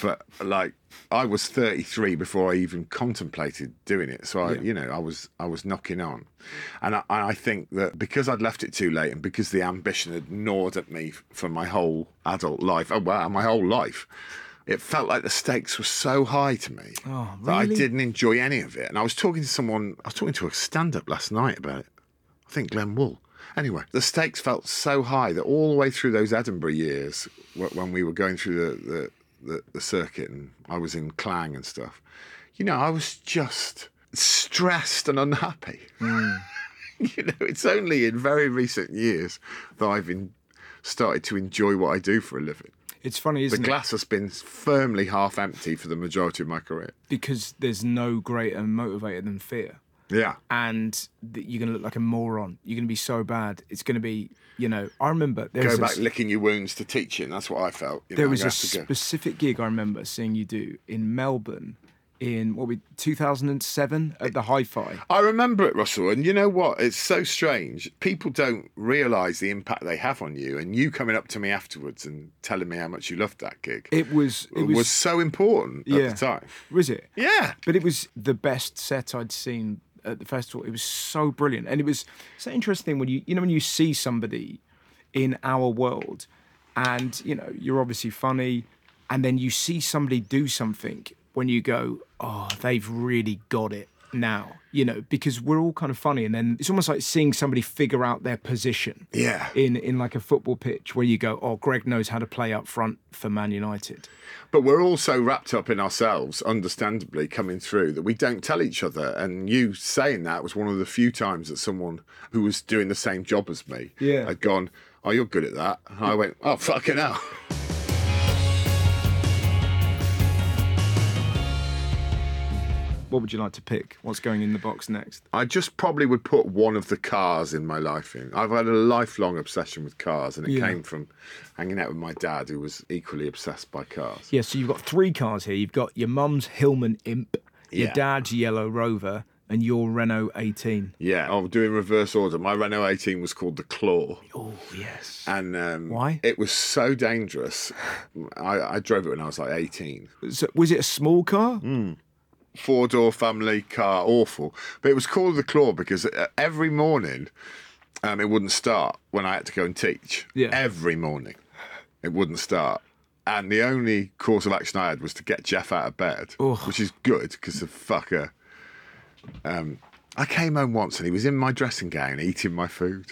Speaker 2: but like I was thirty-three before I even contemplated doing it. So I, you know, I was I was knocking on, and I, I think that because I'd left it too late, and because the ambition had gnawed at me for my whole adult life. Oh wow, my whole life. It felt like the stakes were so high to me
Speaker 1: Oh,
Speaker 2: that I
Speaker 1: really?
Speaker 2: didn't enjoy any of it. And I was talking to someone, I was talking to a stand up last night about it. I think Glenn Wool. Anyway, the stakes felt so high that all the way through those Edinburgh years, wh- when we were going through the, the, the, the circuit and I was in Clang and stuff, you know, I was just stressed and
Speaker 1: [LAUGHS]
Speaker 2: unhappy.
Speaker 1: Hmm.
Speaker 2: you know, it's only in very recent years that I've in, started to enjoy what I do for a living.
Speaker 1: It's funny,
Speaker 2: The
Speaker 1: isn't it?
Speaker 2: glass has been firmly half empty for the majority of my career.
Speaker 1: Because there's no greater motivator than fear.
Speaker 2: Yeah.
Speaker 1: and that you're going to look like a moron. You're going to be so bad. It's going to be, you know, I remember there
Speaker 2: Go
Speaker 1: was, a,
Speaker 2: back
Speaker 1: s-
Speaker 2: licking your wounds to teaching. That's what I felt. You
Speaker 1: there
Speaker 2: know,
Speaker 1: was
Speaker 2: I'm
Speaker 1: a
Speaker 2: gonna have to go.
Speaker 1: specific gig I remember seeing you do in Melbourne in what we 2007 at the Hi-Fi.
Speaker 2: I remember it, Russell. And you know what? It's so strange. People don't realise the impact they have on you. And you coming up to me afterwards and telling me how much you loved that gig
Speaker 1: It was it
Speaker 2: was,
Speaker 1: was,
Speaker 2: so important
Speaker 1: yeah.
Speaker 2: at the time.
Speaker 1: Was it?
Speaker 2: Yeah.
Speaker 1: But it was the best set I'd seen at the festival. It was so brilliant, and it was so interesting when you you know when you see somebody in our world, and you know you're obviously funny, and then you see somebody do something when you go, oh, they've really got it now. You know, because we're all kind of funny, and then it's almost like seeing somebody figure out their position
Speaker 2: Yeah.
Speaker 1: in in like a football pitch where you go, oh, Greg knows how to play up front for Man United.
Speaker 2: But we're all so wrapped up in ourselves, understandably, coming through that we don't tell each other. And you saying that was one of the few times that someone who was doing the same job as me
Speaker 1: Yeah.
Speaker 2: had gone, Oh, you're good at that. And I went, Oh, fucking hell.
Speaker 1: What would you like to pick? What's going in the box next?
Speaker 2: I just probably would put one of the cars in my life in. I've had a lifelong obsession with cars, and it
Speaker 1: Yeah.
Speaker 2: came from hanging out with my dad, who was equally obsessed by cars.
Speaker 1: Yeah, so you've got three cars here. You've got your mum's Hillman Imp, your
Speaker 2: Yeah.
Speaker 1: dad's Yellow Rover, and your Renault 18.
Speaker 2: Yeah, I'll do in reverse order. My Renault 18 was called the Claw.
Speaker 1: Oh, yes.
Speaker 2: And um,
Speaker 1: Why?
Speaker 2: It was so dangerous. [SIGHS] I, I drove it when I was like 18.
Speaker 1: So, was it a small car?
Speaker 2: Four door family car, awful. But it was called the Claw because uh, every morning um, it wouldn't start when I had to go and teach.
Speaker 1: Yeah.
Speaker 2: Every morning it wouldn't start. And the only course of action I had was to get Jeff out of bed, which is good because the fucker Um, I came home once and he was in my dressing gown eating my food.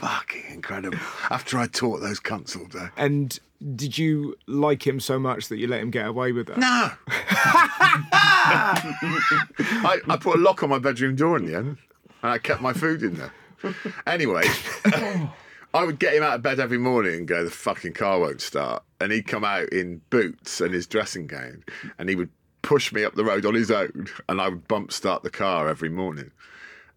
Speaker 2: Fucking incredible. After I taught those cunts all day.
Speaker 1: And did you like him so much that you let him get away with that?
Speaker 2: No. [LAUGHS] I, I put a lock on my bedroom door in the end and I kept my food in there. Anyway, [LAUGHS] I would get him out of bed every morning and go, the fucking car won't start. And he'd come out in boots and his dressing gown and he would push me up the road on his own and I would bump start the car every morning.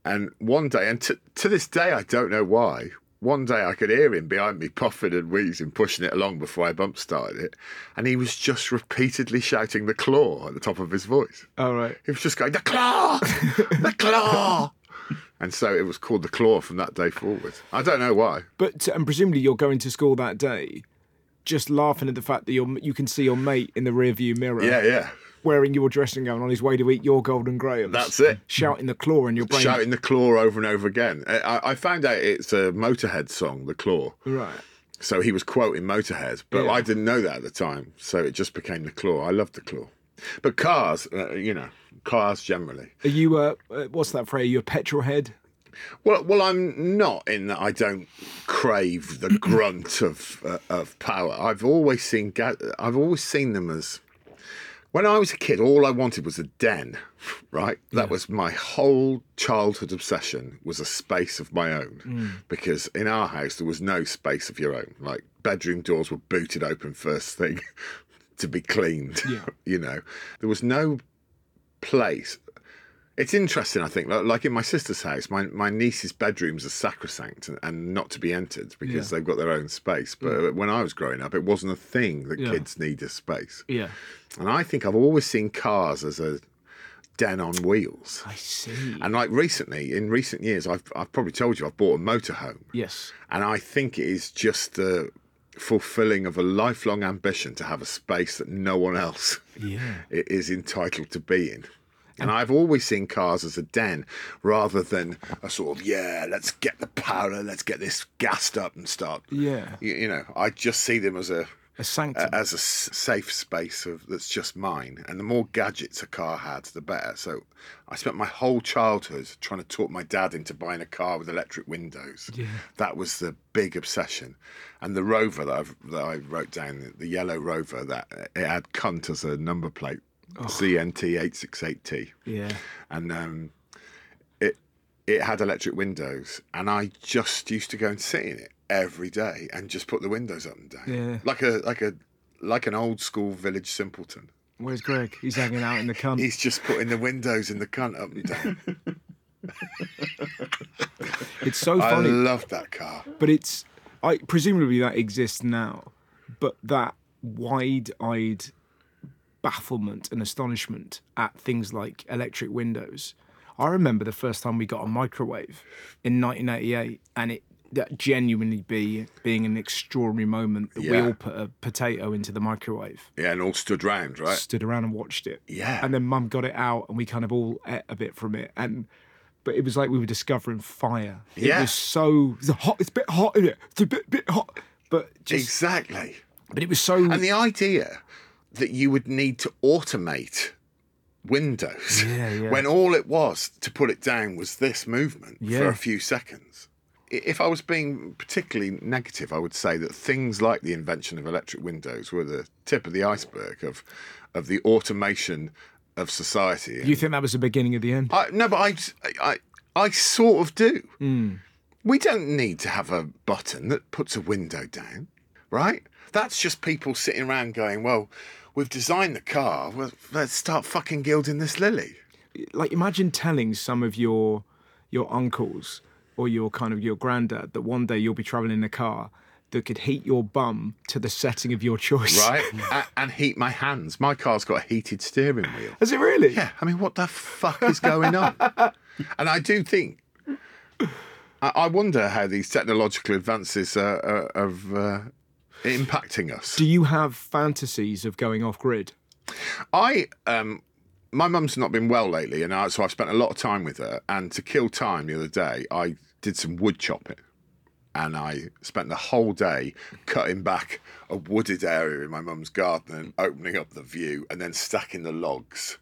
Speaker 2: And one day, and to, to this day, I don't know why. One day I could hear him behind me puffing and wheezing, pushing it along before I bump started it. And he was just repeatedly shouting the claw at the top of his voice.
Speaker 1: All right.
Speaker 2: He was just going, the claw! The claw! and so it was called the claw from that day forward. I don't know why.
Speaker 1: But and presumably you're going to school that day, just laughing at the fact that you you can see your mate in the rearview mirror.
Speaker 2: Yeah, yeah.
Speaker 1: Wearing your dressing gown on his way to eat your golden grahams.
Speaker 2: That's it.
Speaker 1: Shouting the claw in your brain.
Speaker 2: Shouting the claw over and over again. I, I- I found out it's a Motorhead song, the claw.
Speaker 1: Right.
Speaker 2: So he was quoting Motorhead, but
Speaker 1: Yeah.
Speaker 2: I didn't know that at the time. So it just became the claw. I loved the claw. But cars, uh, you know, cars generally.
Speaker 1: Are you uh, uh, what's that phrase? You're a petrol head.
Speaker 2: Well, well, I'm not in that I don't crave the grunt of uh, of power. I've always seen ga- I've always seen them as when I was a kid, all I wanted was a den, right? That was my whole childhood obsession was a space of my own because in our house there was no space of your own. Like bedroom doors were booted open first thing [LAUGHS] to be cleaned, [LAUGHS] you know. There was no place. It's interesting, I think. Like, like in my sister's house, my, my niece's bedrooms are sacrosanct and, and not to be entered because they've got their own space. But when I was growing up, it wasn't a thing that
Speaker 1: Yeah.
Speaker 2: kids need a space.
Speaker 1: Yeah.
Speaker 2: And I think I've always seen cars as a den on wheels.
Speaker 1: I see.
Speaker 2: And like recently, in recent years, I've, I've probably told you I've bought a motorhome.
Speaker 1: Yes.
Speaker 2: And I think it is just the fulfilling of a lifelong ambition to have a space that no one else
Speaker 1: Yeah.
Speaker 2: i- is entitled to be in. And I've always seen cars as a den rather than a sort of, yeah, let's get the power, let's get this gassed up and start.
Speaker 1: Yeah.
Speaker 2: You, you know, I just see them as a
Speaker 1: A sanctum.
Speaker 2: a- as a s- safe space of that's just mine. And the more gadgets a car had, the better. So I spent my whole childhood trying to talk my dad into buying a car with electric windows. Yeah. That was the big obsession. And the Rover that, I've, that I wrote down, the- the yellow Rover, that uh, it had cunt as a number plate, CNT868T.
Speaker 1: yeah.
Speaker 2: And um, it it had electric windows, and I just used to go and sit in it every day and just put the windows up and down,
Speaker 1: Yeah.
Speaker 2: like a like a like an old school village simpleton.
Speaker 1: Where's Greg? He's hanging out in the
Speaker 2: [LAUGHS]
Speaker 1: cunt.
Speaker 2: He's just putting the windows in the cunt up and down.
Speaker 1: It's so [LAUGHS]
Speaker 2: I
Speaker 1: funny.
Speaker 2: love that car.
Speaker 1: but it's I presumably that exists now, but that wide-eyed bafflement and astonishment at things like electric windows. I remember the first time we got a microwave in 1988, and it that genuinely be being an extraordinary moment that we
Speaker 2: Yeah.
Speaker 1: all put a potato into the microwave,
Speaker 2: Yeah, and all stood round, right?
Speaker 1: stood around and watched it.
Speaker 2: Uh, Yeah.
Speaker 1: and then Mum got it out, and we kind of all ate a bit from it, and. But it was like we were discovering fire. It
Speaker 2: Yeah.
Speaker 1: was so it's hot. It's a bit hot in it. It's a bit bit hot. But just
Speaker 2: Exactly.
Speaker 1: but it was so
Speaker 2: And the idea that you would need to automate Windows
Speaker 1: Yeah, yeah.
Speaker 2: [LAUGHS] when all it was to put it down was this movement for
Speaker 1: Yeah.
Speaker 2: a few seconds. I- If I was being particularly negative, I would say that things like the invention of electric windows were the tip of the iceberg of of the automation of society.
Speaker 1: you think that was the beginning of the end?
Speaker 2: I, no, but I, I, I sort of do. We don't need to have a button that puts a window down, right? That's just people sitting around going, well, we've designed the car. Well, let's start fucking gilding this lily.
Speaker 1: Like imagine telling some of your your uncles or your kind of your granddad that one day you'll be traveling in a car that could heat your bum to the setting of your choice.
Speaker 2: Right? and, and heat my hands. My car's got a heated steering wheel.
Speaker 1: [LAUGHS] Is it really?
Speaker 2: Yeah, I mean, what the fuck is going on? and I do think, I, I wonder how these technological advances are, are, are uh, impacting us.
Speaker 1: Do you have fantasies of going off grid?
Speaker 2: I um my mum's not been well lately and I, so I've spent a lot of time with her and to kill time the other day I did some wood chopping and I spent the whole day cutting back a wooded area in my mum's garden and opening up the view and then stacking the logs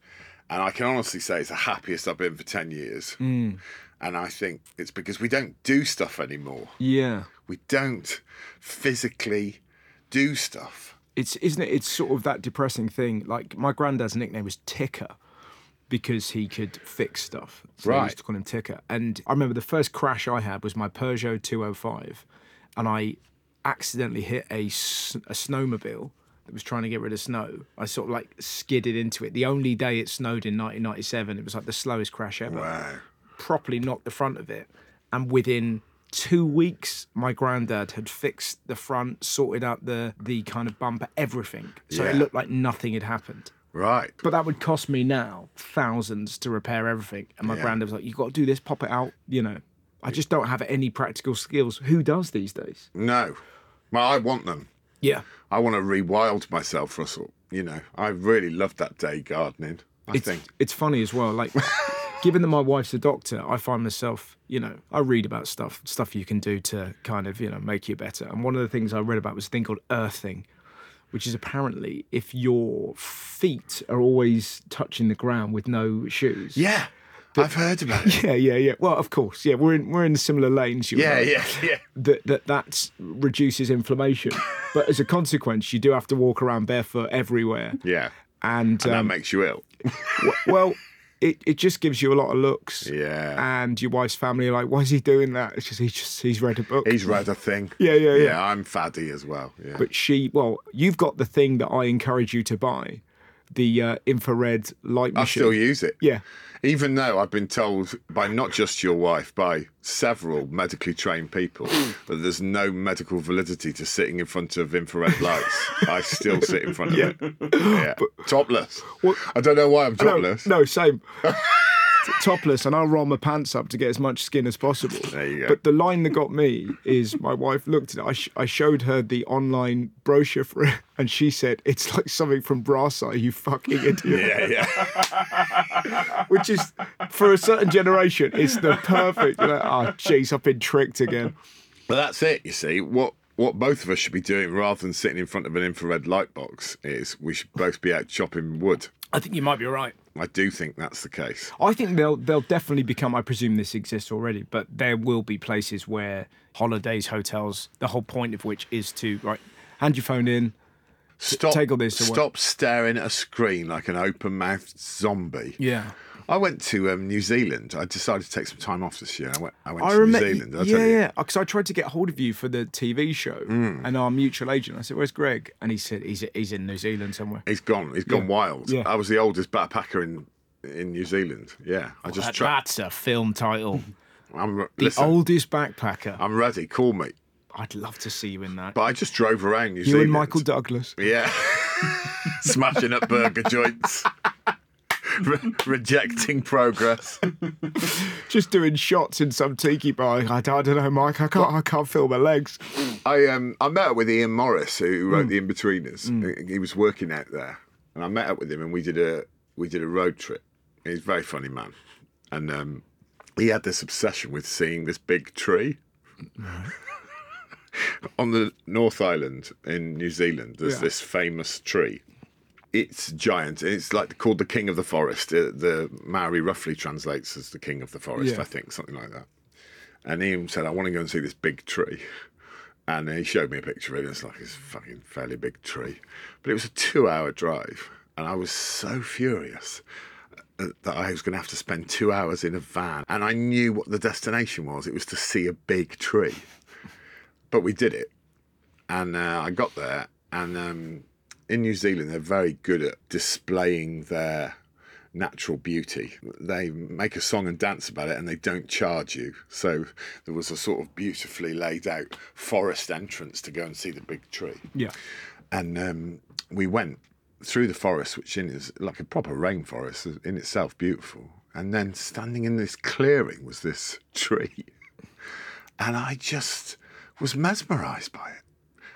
Speaker 2: And I can honestly say it's the happiest I've been for 10 years. And I think it's because we don't do stuff anymore.
Speaker 1: Yeah.
Speaker 2: We don't physically do stuff.
Speaker 1: It's isn't it? It's sort of that depressing thing. Like my granddad's nickname was Ticker because he could fix stuff. So I
Speaker 2: Right.
Speaker 1: used to call him Ticker. And I remember the first crash I had was my Peugeot 205, and I accidentally hit a s- a snowmobile that was trying to get rid of snow. I sort of like skidded into it. The only day it snowed in 1997, it was like the slowest crash ever
Speaker 2: Wow.
Speaker 1: properly knocked the front of it. And within two weeks, my granddad had fixed the front, sorted out the the kind of bumper, everything. So it
Speaker 2: Yeah.
Speaker 1: looked like nothing had happened.
Speaker 2: Right.
Speaker 1: But that would cost me now thousands to repair everything. And my granddad was like, "You got to do this, pop it out." You know, I just don't have any practical skills. Who does these days?
Speaker 2: No. Well, I want them.
Speaker 1: Yeah,
Speaker 2: I want to rewild myself, Russell. You know, I really loved that day gardening. I
Speaker 1: it's
Speaker 2: think.
Speaker 1: it's funny as well.
Speaker 2: [LAUGHS]
Speaker 1: Like, given that my wife's a doctor, I find myself, you know, I read about stuff stuff you can do to kind of you know make you better. And one of the things I read about was a thing called earthing, which is apparently if your feet are always touching the ground with no shoes.
Speaker 2: Yeah. I've heard about
Speaker 1: [LAUGHS]
Speaker 2: it.
Speaker 1: Yeah, yeah, yeah. Well, of course, yeah. We're in we're in similar lanes. You and I.
Speaker 2: Yeah, yeah, yeah.
Speaker 1: That that that's, reduces
Speaker 2: [LAUGHS]
Speaker 1: inflammation, but as a consequence, you do have to walk around barefoot everywhere.
Speaker 2: [LAUGHS] Yeah.
Speaker 1: And,
Speaker 2: That
Speaker 1: um,
Speaker 2: makes you ill.
Speaker 1: w- well, it, it just gives you a lot of looks.
Speaker 2: Yeah.
Speaker 1: And your wife's family are like, why is he doing that? It's just, he just he's read a book.
Speaker 2: He's read a thing.
Speaker 1: Yeah, yeah, yeah.
Speaker 2: Yeah, I'm faddy as well. Yeah.
Speaker 1: but she, well, you've got the thing that I encourage you to buy, the uh, infrared light
Speaker 2: I
Speaker 1: machine.
Speaker 2: still use it.
Speaker 1: Yeah.
Speaker 2: Even though I've been told by not just your wife, by several medically trained people, that there's no medical validity to sitting in front of infrared lights, I still sit in front of it. Yeah. topless. I don't know why I'm
Speaker 1: No,
Speaker 2: topless.
Speaker 1: no,
Speaker 2: [LAUGHS]
Speaker 1: same. T- topless, and I'll roll my pants up to get as much skin as possible.
Speaker 2: There you go.
Speaker 1: But the line that got me is my wife looked at it. I, sh- I showed her the online brochure for it, and she said, It's like something from Brasseye, you fucking idiot.
Speaker 2: Yeah, yeah.
Speaker 1: Which is, for a certain generation, it's the perfect. You're like, oh, jeez, I've been tricked again.
Speaker 2: But that's it, you see. What what both of us should be doing rather than sitting in front of an infrared light box is we should both be out chopping wood.
Speaker 1: I think you might be right.
Speaker 2: I do think that's the case.
Speaker 1: I think they'll they'll definitely become. I presume this exists already, but there will be places where holidays, hotels, the whole point of which is to right hand your phone in.
Speaker 2: Stop
Speaker 1: take all this away.
Speaker 2: Stop staring at a screen like an open mouthed zombie.
Speaker 1: Yeah,
Speaker 2: I went to um, New Zealand. I decided to take some time off this year. I went, I went
Speaker 1: I
Speaker 2: to
Speaker 1: remember.
Speaker 2: New Zealand. did I
Speaker 1: yeah,
Speaker 2: tell you? Mm.
Speaker 1: yeah. Because I tried to get hold of you for the TV show, and our mutual agent. I said, "Where's Greg?" And he said, "He's he's in New Zealand somewhere."
Speaker 2: He's gone. He's gone wild.
Speaker 1: Yeah.
Speaker 2: I was the oldest backpacker in in New Zealand. Yeah. I just tra-
Speaker 1: that's a film title.
Speaker 2: I'm re-
Speaker 1: the
Speaker 2: listen,
Speaker 1: oldest backpacker.
Speaker 2: I'm ready. Call me.
Speaker 1: I'd love to see you in that.
Speaker 2: But I just drove around New
Speaker 1: you
Speaker 2: Zealand.
Speaker 1: and Michael Douglas.
Speaker 2: Yeah. [LAUGHS] Smashing up burger joints. [LAUGHS] Re- rejecting progress.
Speaker 1: just doing shots in some tiki bar. I, don't- I don't know, Mike. I can't. I can't feel my legs.
Speaker 2: I um I met up with Ian Morris, who
Speaker 1: Mm.
Speaker 2: wrote The Inbetweeners. He- He was working out there, and I met up with him, and we did a we did a road trip. He's a very funny man, and um, he had this obsession with seeing this big tree [LAUGHS] on the North Island in New Zealand. There's
Speaker 1: Yeah.
Speaker 2: this famous tree. It's giant. and It's like called the King of the Forest. Uh, The Maori roughly translates as the King of the Forest,
Speaker 1: Yeah.
Speaker 2: I think, something like that. And Ian said, "I want to go and see this big tree." And he showed me a picture of it, and it's like this fucking fairly big tree. But it was a two hour drive, and I was so furious uh, that I was going to have to spend two hours in a van. And I knew what the destination was it was to see a big tree. But we did it. And uh, I got there, and um, in New Zealand, they're very good at displaying their natural beauty. They make a song and dance about it and they don't charge you. So there was a sort of beautifully laid out forest entrance to go and see the big tree.
Speaker 1: Yeah.
Speaker 2: And um, we went through the forest, which in is like a proper rainforest in itself, beautiful. And then standing in this clearing was this [LAUGHS] tree. And I just was mesmerized by it.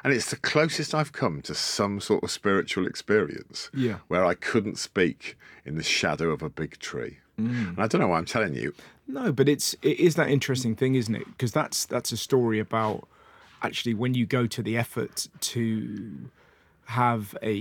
Speaker 2: And it's the closest I've come to some sort of spiritual experience
Speaker 1: Yeah.
Speaker 2: where I couldn't speak in the shadow of a big tree. And I don't know why I'm telling you.
Speaker 1: No, but it's it is that interesting thing, isn't it? Because that's that's a story about actually when you go to the effort to have a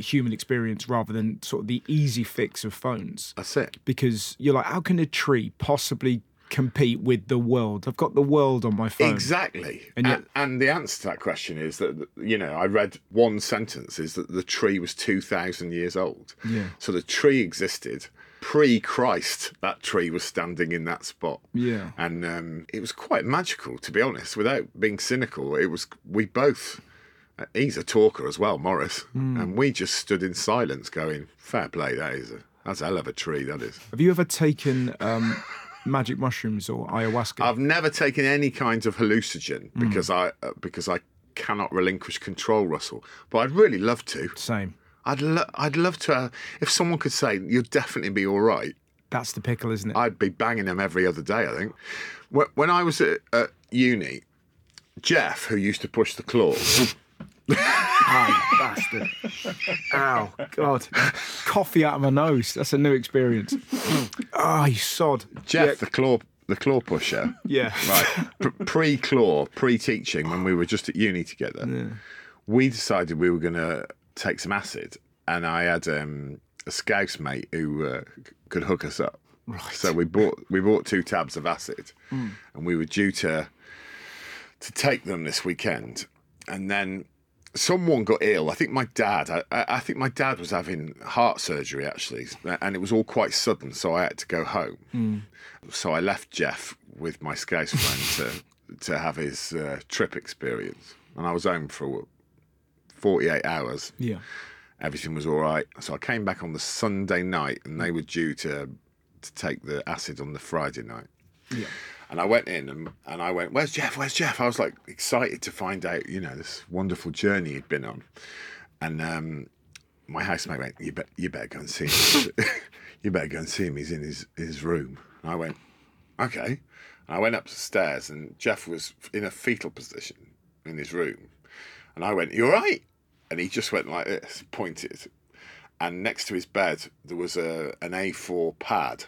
Speaker 1: human experience rather than sort of the easy fix of phones.
Speaker 2: That's it.
Speaker 1: Because you're like, how can a tree possibly compete with the world? I've got the world on my phone.
Speaker 2: Exactly.
Speaker 1: And
Speaker 2: And,
Speaker 1: yet-
Speaker 2: and the answer to that question is that, you know, I read one sentence is that the tree was 2,000 years old.
Speaker 1: Yeah.
Speaker 2: So the tree existed pre Christ, that tree was standing in that spot.
Speaker 1: Yeah.
Speaker 2: And um, it was quite magical, to be honest, without being cynical. It was, we both. uh, He's a talker as well, Morris,
Speaker 1: Hmm.
Speaker 2: and we just stood in silence, going, "Fair play, that is a that's a hell of a tree, that is."
Speaker 1: Have you ever taken um, magic mushrooms or ayahuasca?
Speaker 2: I've never taken any kinds of hallucinogen because I uh, because I cannot relinquish control, Russell. But I'd really love to.
Speaker 1: Same.
Speaker 2: I'd lo- I'd love to. Uh, if someone could say you'll definitely be all right,
Speaker 1: That's the pickle, isn't it?
Speaker 2: I'd be banging them every other day. I think. Wh- When I was at, at uni, Jeff, who used to push the claws,
Speaker 1: Aye, bastard. Ow, God. Coffee out of my nose. That's a new experience. Ah, you sod.
Speaker 2: [LAUGHS] Jeff the claw the claw pusher.
Speaker 1: Yeah.
Speaker 2: right, pre claw, pre teaching, when we were just at uni together, we decided we were going to take some acid. And I had um, a scouse mate who uh, c- could hook us up. Right. So we bought we bought two tabs of acid, and we were due to to take them this weekend. And then someone got ill. I think my dad. I, I I think my dad was having heart surgery actually, and it was all quite sudden. So I had to go home. So I left Jeff with my scouse friend to to have his uh, trip experience, and I was home for forty eight hours.
Speaker 1: Yeah.
Speaker 2: Everything was all right. So I came back on the Sunday night, and they were due to to take the acid on the Friday night.
Speaker 1: Yeah.
Speaker 2: And I went in and, and I went, Where's Jeff? Where's Jeff? I was like excited to find out, you know, this wonderful journey he'd been on. And um, my housemate went, You, bet you better go and see him. [LAUGHS] you better go and see him. He's in his, his room. And I went, Okay. And I went upstairs and Jeff was in a fetal position in his room. And I went, You all right? And he just went like this, pointed. And next to his bed, there was a, an A4 pad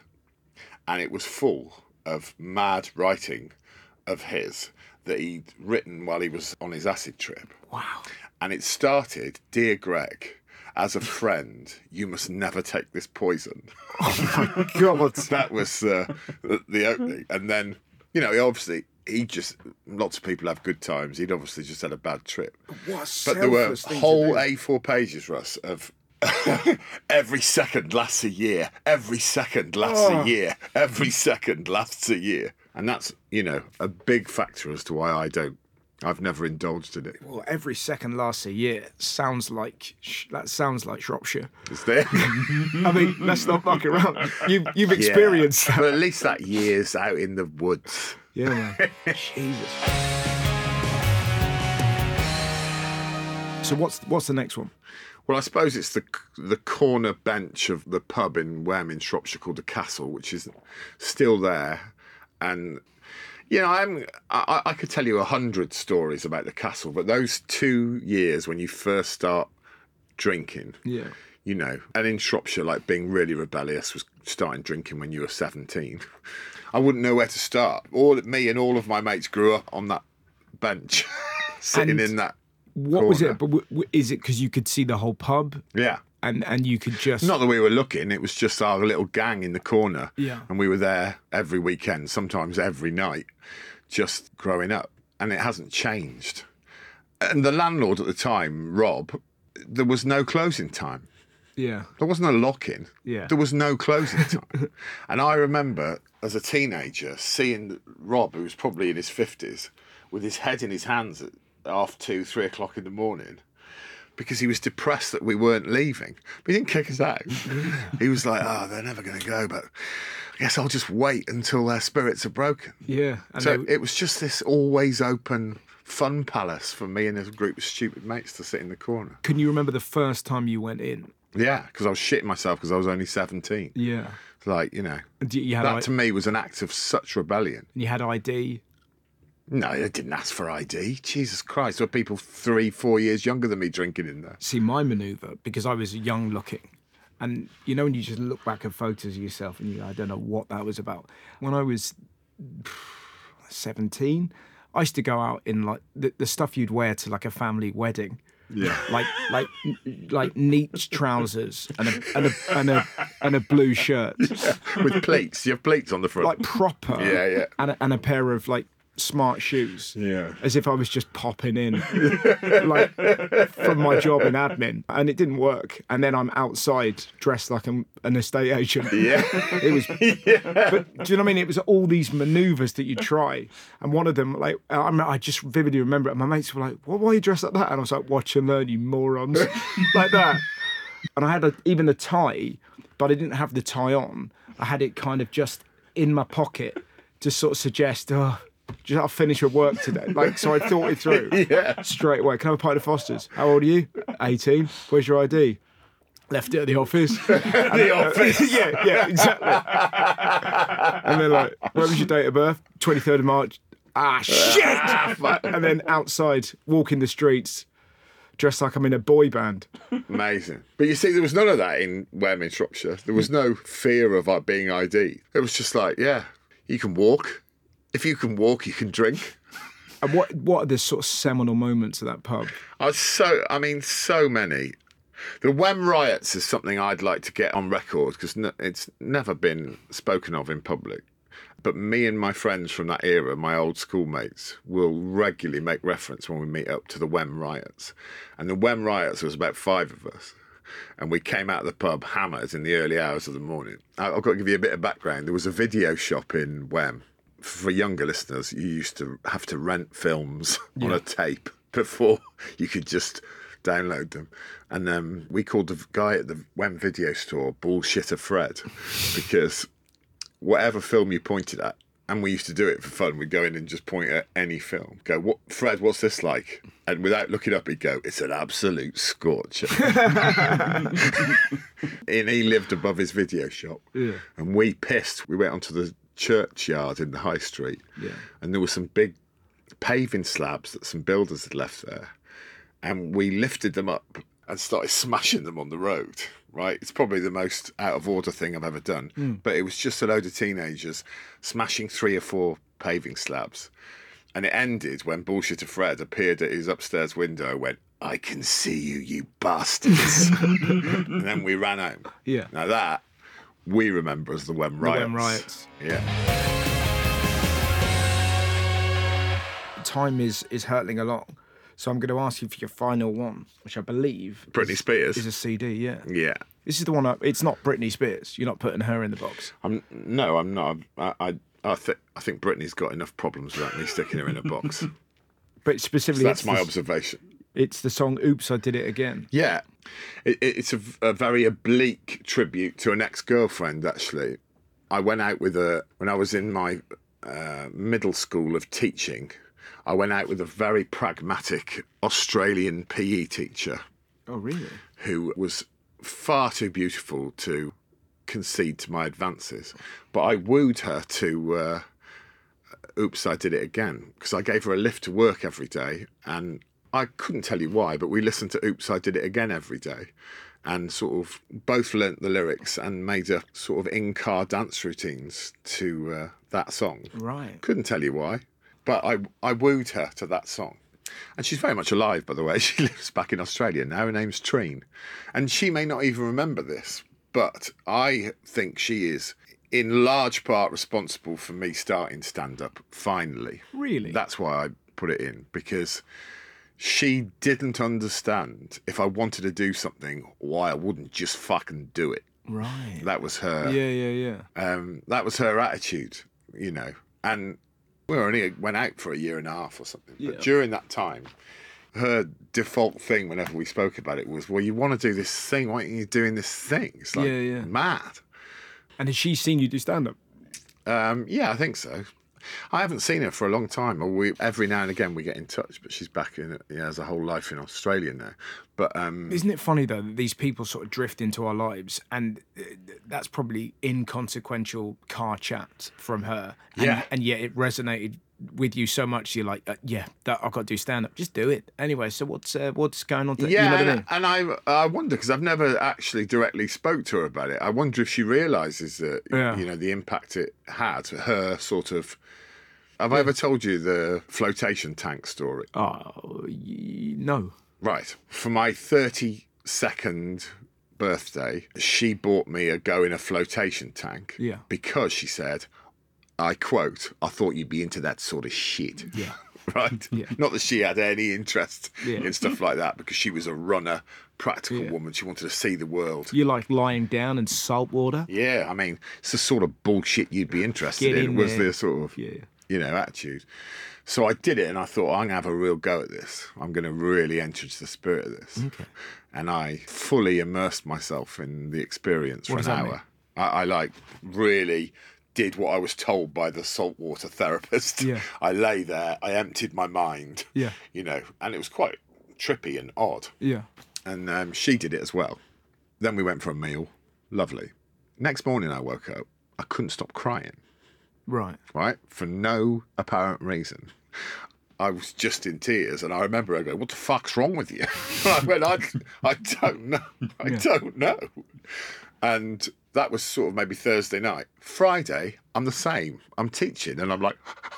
Speaker 2: and it was full of mad writing of his that he'd written while he was on his acid trip.
Speaker 1: Wow.
Speaker 2: And it started, Dear Greg, as a friend, you must never take this poison.
Speaker 1: God.
Speaker 2: [LAUGHS] that was uh, the, the opening. And then, you know, he obviously, he just, lots of people have good times. He'd obviously just had a bad trip.
Speaker 1: What
Speaker 2: But there were whole A4 pages, Russ, of [LAUGHS] every second lasts a year, every second lasts a year, every second lasts a year. And that's, you know, a big factor as to why I don't, I've never indulged in it.
Speaker 1: Well, every second lasts a year. Sounds like sh- that sounds like Shropshire.
Speaker 2: Is there?
Speaker 1: I mean, let's not fuck around. You, you've experienced
Speaker 2: Yeah. But at least that year's out in the woods.
Speaker 1: Yeah, man. Jesus. So what's what's the next one?
Speaker 2: Well, I suppose it's the the corner bench of the pub in Wem in Shropshire called the Castle, which is still there, and you know I'm I, I could tell you a hundred stories about the castle, but those two years when you first start drinking,
Speaker 1: Yeah.
Speaker 2: you know, and in Shropshire, like being really rebellious was starting drinking when you were 17. I wouldn't know where to start. All me and all of my mates grew up on that bench, [LAUGHS] sitting
Speaker 1: And-
Speaker 2: in that.
Speaker 1: What was
Speaker 2: Corner.
Speaker 1: it? But w- w- is it because you could see the whole pub
Speaker 2: Yeah.
Speaker 1: and and you could just
Speaker 2: Not that we were looking, it was just our little gang in the corner.
Speaker 1: Yeah.
Speaker 2: And we were there every weekend, sometimes every night, just growing up. And it hasn't changed. And the landlord at the time, Rob, there was no closing time.
Speaker 1: yeah
Speaker 2: There wasn't a lock in.
Speaker 1: Yeah.
Speaker 2: There was no closing time. and I remember as a teenager seeing Rob, who was probably in his 50s, with his head in his hands at half two, three o'clock in the morning because he was depressed that we weren't leaving. But he didn't kick us out. he was like, oh, they're never going to go, but I guess I'll just wait until their spirits are broken.
Speaker 1: yeah. And
Speaker 2: So
Speaker 1: they-
Speaker 2: it was just this always open fun palace for me and a group of stupid mates to sit in the corner.
Speaker 1: can you remember the first time you went in?
Speaker 2: Yeah, because I was shitting myself because I was only 17.
Speaker 1: Yeah.
Speaker 2: Like, you know,
Speaker 1: And you, you had
Speaker 2: that
Speaker 1: I-
Speaker 2: to me was an act of such rebellion.
Speaker 1: you had ID.
Speaker 2: No, I didn't ask for ID. Jesus Christ, there were people three, four years younger than me drinking in there.
Speaker 1: See my manoeuvre because I was young looking, and you know when you just look back at photos of yourself and you go, I don't know what that was about. When I was [SIGHS] 17 i used to go out in like the, the stuff you'd wear to like a family wedding
Speaker 2: Yeah.
Speaker 1: like like like neat trousers and a and a and a, and a blue
Speaker 2: [LAUGHS]
Speaker 1: shirt,
Speaker 2: [LAUGHS] with plates. You have plates on the front.
Speaker 1: like proper.
Speaker 2: Yeah, yeah.
Speaker 1: And a, and a pair of like smart shoes.
Speaker 2: Yeah.
Speaker 1: As if I was just popping in, like from my job in admin, and it didn't work. And then I'm outside dressed like I'm an estate agent.
Speaker 2: [LAUGHS] yeah.
Speaker 1: It was, but do you know what I mean? It was all these manoeuvres that you try, and one of them, like I, remember- I just vividly remember it. My mates were like, "Why, why are you dressed like that?" And I was like, "Watch and learn, you morons," [LAUGHS] like that. And I had a, even a tie, but I didn't have the tie on. I had it kind of just in my pocket to sort of suggest, "Oh, just I'll finish your work today." Like so, I thought it through straight away. Can I have a pint of Foster's? How old are you? Eighteen. Where's your ID? Left it at the office.
Speaker 2: [LAUGHS] the office.
Speaker 1: [LAUGHS] yeah, yeah, exactly. and they're like, "When was your date of birth? Twenty third of March." Ah, shit! and then outside, walking the streets, dressed like I'm in a boy band.
Speaker 2: Amazing. But you see, there was none of that in Wem in Shropshire. There was no fear of like, being ID. It was just like, yeah, you can walk. If you can walk, you can drink.
Speaker 1: And what what are the sort of seminal moments of that pub?
Speaker 2: I was so, I mean, so many. The Wem riots is something I'd like to get on record because n it's never been spoken of in public. But me and my friends from that era, my old schoolmates, will regularly make reference when we meet up to the Wem riots. And the Wem riots was about five of us. And we came out of the pub hammers in the early hours of the morning. I- I've got to give you a bit of background. There was a video shop in Wem. For younger listeners, you used to have to rent films [LAUGHS] on a tape before [LAUGHS] you could just download them. And um, we called the guy at the Wem video store Bullshitter Fred [LAUGHS] because whatever film you pointed at, and we used to do it for fun. We'd go in and just point at any film. Go, what, Fred? What's this like? And without looking up, he'd go, "It's an absolute scorcher." and he lived above his video shop. And we pissed. We went onto the churchyard in the high street. Yeah. And there were some big paving slabs that some builders had left there. And we lifted them up and started smashing them on the road. Right? It's probably the most out of order thing I've ever done. But it was just a load of teenagers smashing three or four paving slabs. And it ended when Bullshitter Fred appeared at his upstairs window and went, I can see you, you bastards. and then we ran home.
Speaker 1: Yeah.
Speaker 2: Now that we remember as the Wem
Speaker 1: The
Speaker 2: riots.
Speaker 1: Wem riots.
Speaker 2: Yeah.
Speaker 1: Time is is hurtling along, so I'm going to ask you for your final one, which I believe
Speaker 2: Britney
Speaker 1: is,
Speaker 2: Spears.
Speaker 1: is a CD. Yeah,
Speaker 2: Yeah.
Speaker 1: this is the one. I, it's not Britney Spears. You're not putting her in the box.
Speaker 2: I'm no, I'm not. I I, I think I think Britney's got enough problems without me sticking her in
Speaker 1: [LAUGHS]
Speaker 2: a box. So
Speaker 1: But specifically,
Speaker 2: that's
Speaker 1: it's
Speaker 2: my
Speaker 1: the-
Speaker 2: observation.
Speaker 1: It's the song "Oops, I Did It Again."
Speaker 2: Yeah, it, it- it's a, v- a very oblique tribute to an ex-girlfriend. Actually, I went out with a when I was in my uh, middle school of teaching. I went out with a very pragmatic Australian PE teacher
Speaker 1: Oh, really?
Speaker 2: who was far too beautiful to concede to my advances. But I wooed her to, uh, oops, I did it again, because I gave her a lift to work every day. And I couldn't tell you why, but we listened to Oops, I Did It Again every day and sort of both learnt the lyrics and made up sort of in car dance routines to uh, that song.
Speaker 1: Right.
Speaker 2: Couldn't tell you why, but I I wooed her to that song. And she's very much alive, by the way. [LAUGHS] She lives back in Australia now. Her name's Treen. And she may not even remember this, but I think she is in large part responsible for me starting stand up finally.
Speaker 1: Really?
Speaker 2: That's why I put it in because she didn't understand if I wanted to do something, why I wouldn't just fucking do it.
Speaker 1: Right.
Speaker 2: That was her
Speaker 1: Yeah, yeah, yeah.
Speaker 2: um, that was her attitude, you know. And we only uh, went out for a year and a half or something. But during that time, her default thing, whenever we spoke about it, was, "Well, you want to do this thing? Why aren't you doing this thing?" It's like
Speaker 1: Yeah, yeah.
Speaker 2: mad.
Speaker 1: And has she seen you do stand up?
Speaker 2: Um, yeah, I think so. I haven't seen her for a long time. Or we every now and again we get in touch, but she's back in. Yeah, has a whole life in Australia now. But um,
Speaker 1: Isn't it funny though that these people sort of drift into our lives, and uh, that's probably inconsequential car chat from her. And,
Speaker 2: Yeah.
Speaker 1: And yet it resonated with you so much. You're like, uh, yeah, that, I've got to do stand up. Just do it anyway. So what's uh, what's going on? today? You know
Speaker 2: Yeah,
Speaker 1: what I
Speaker 2: and,
Speaker 1: mean?
Speaker 2: and I I wonder because I've never actually directly spoke to her about it. I wonder if she realizes that
Speaker 1: Yeah.
Speaker 2: you know the impact it had. Her sort of. Have I ever told you the flotation tank story?
Speaker 1: Oh, y- no.
Speaker 2: Right. For my 32nd birthday, she bought me a go in a flotation tank.
Speaker 1: Yeah.
Speaker 2: Because she said, I quote, I thought you'd be into that sort of shit. Yeah. [LAUGHS] Right? Yeah. Not that she had any interest
Speaker 1: Yeah.
Speaker 2: in stuff like that because she was a runner, practical woman. She wanted to see the world.
Speaker 1: You like lying down in salt water?
Speaker 2: Yeah, I mean, it's the sort of bullshit you'd be interested
Speaker 1: Get
Speaker 2: in,
Speaker 1: in
Speaker 2: was
Speaker 1: there.
Speaker 2: the sort of,
Speaker 1: Yeah.
Speaker 2: you know, attitude. So I did it and I thought, I'm going to have a real go at this. I'm going to really enter into the spirit of this. Okay. And I fully immersed myself in the experience for
Speaker 1: does
Speaker 2: an
Speaker 1: that mean?
Speaker 2: hour. I, I like really did what I was told by the saltwater [LAUGHS] therapist.
Speaker 1: Yeah.
Speaker 2: I lay there, I emptied my mind,
Speaker 1: Yeah.
Speaker 2: you know, and it was quite trippy and odd
Speaker 1: Yeah.
Speaker 2: and um, she did it as well. Then we went for a meal. Lovely. Next morning, I woke up. I couldn't stop crying,
Speaker 1: Right.
Speaker 2: right? For no apparent reason. I was just in tears, and I remember I go, "What the fuck's wrong with you?" [LAUGHS] I went, "I, I don't know. I don't know." And that was sort of maybe Thursday night. Friday, I'm the same. I'm teaching, and I'm like [LAUGHS]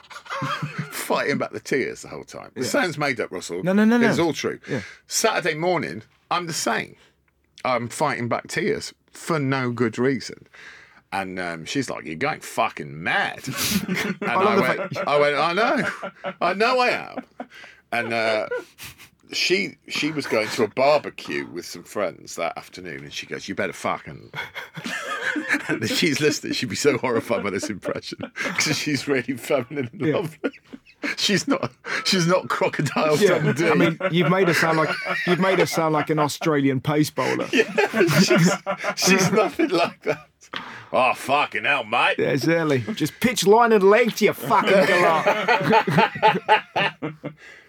Speaker 2: fighting back the tears the whole time. It sounds made up, Russell.
Speaker 1: No, no, no, no.
Speaker 2: It's all true.
Speaker 1: Yeah.
Speaker 2: Saturday morning, I'm the same. I'm fighting back tears for no good reason. And um, she's like, "You're going fucking
Speaker 1: [LAUGHS]
Speaker 2: mad." and I, went, "I went, I know, I know, I am." And uh, she she was going to a barbecue with some friends that afternoon, and she goes, "You
Speaker 1: [LAUGHS]
Speaker 2: better fucking." and if she's listening, she'd be so horrified by this impression because she's really feminine and lovely. She's not. She's not crocodile
Speaker 1: Yeah.
Speaker 2: Dundee.
Speaker 1: I mean, you've made us sound like you've made us sound like an Australian pace bowler. Yeah.
Speaker 2: [LAUGHS]
Speaker 1: [LAUGHS]
Speaker 2: she's, she's nothing like that. Oh fucking hell, mate!
Speaker 1: It's early. Just pitch line and length, you fucking [LAUGHS] galah.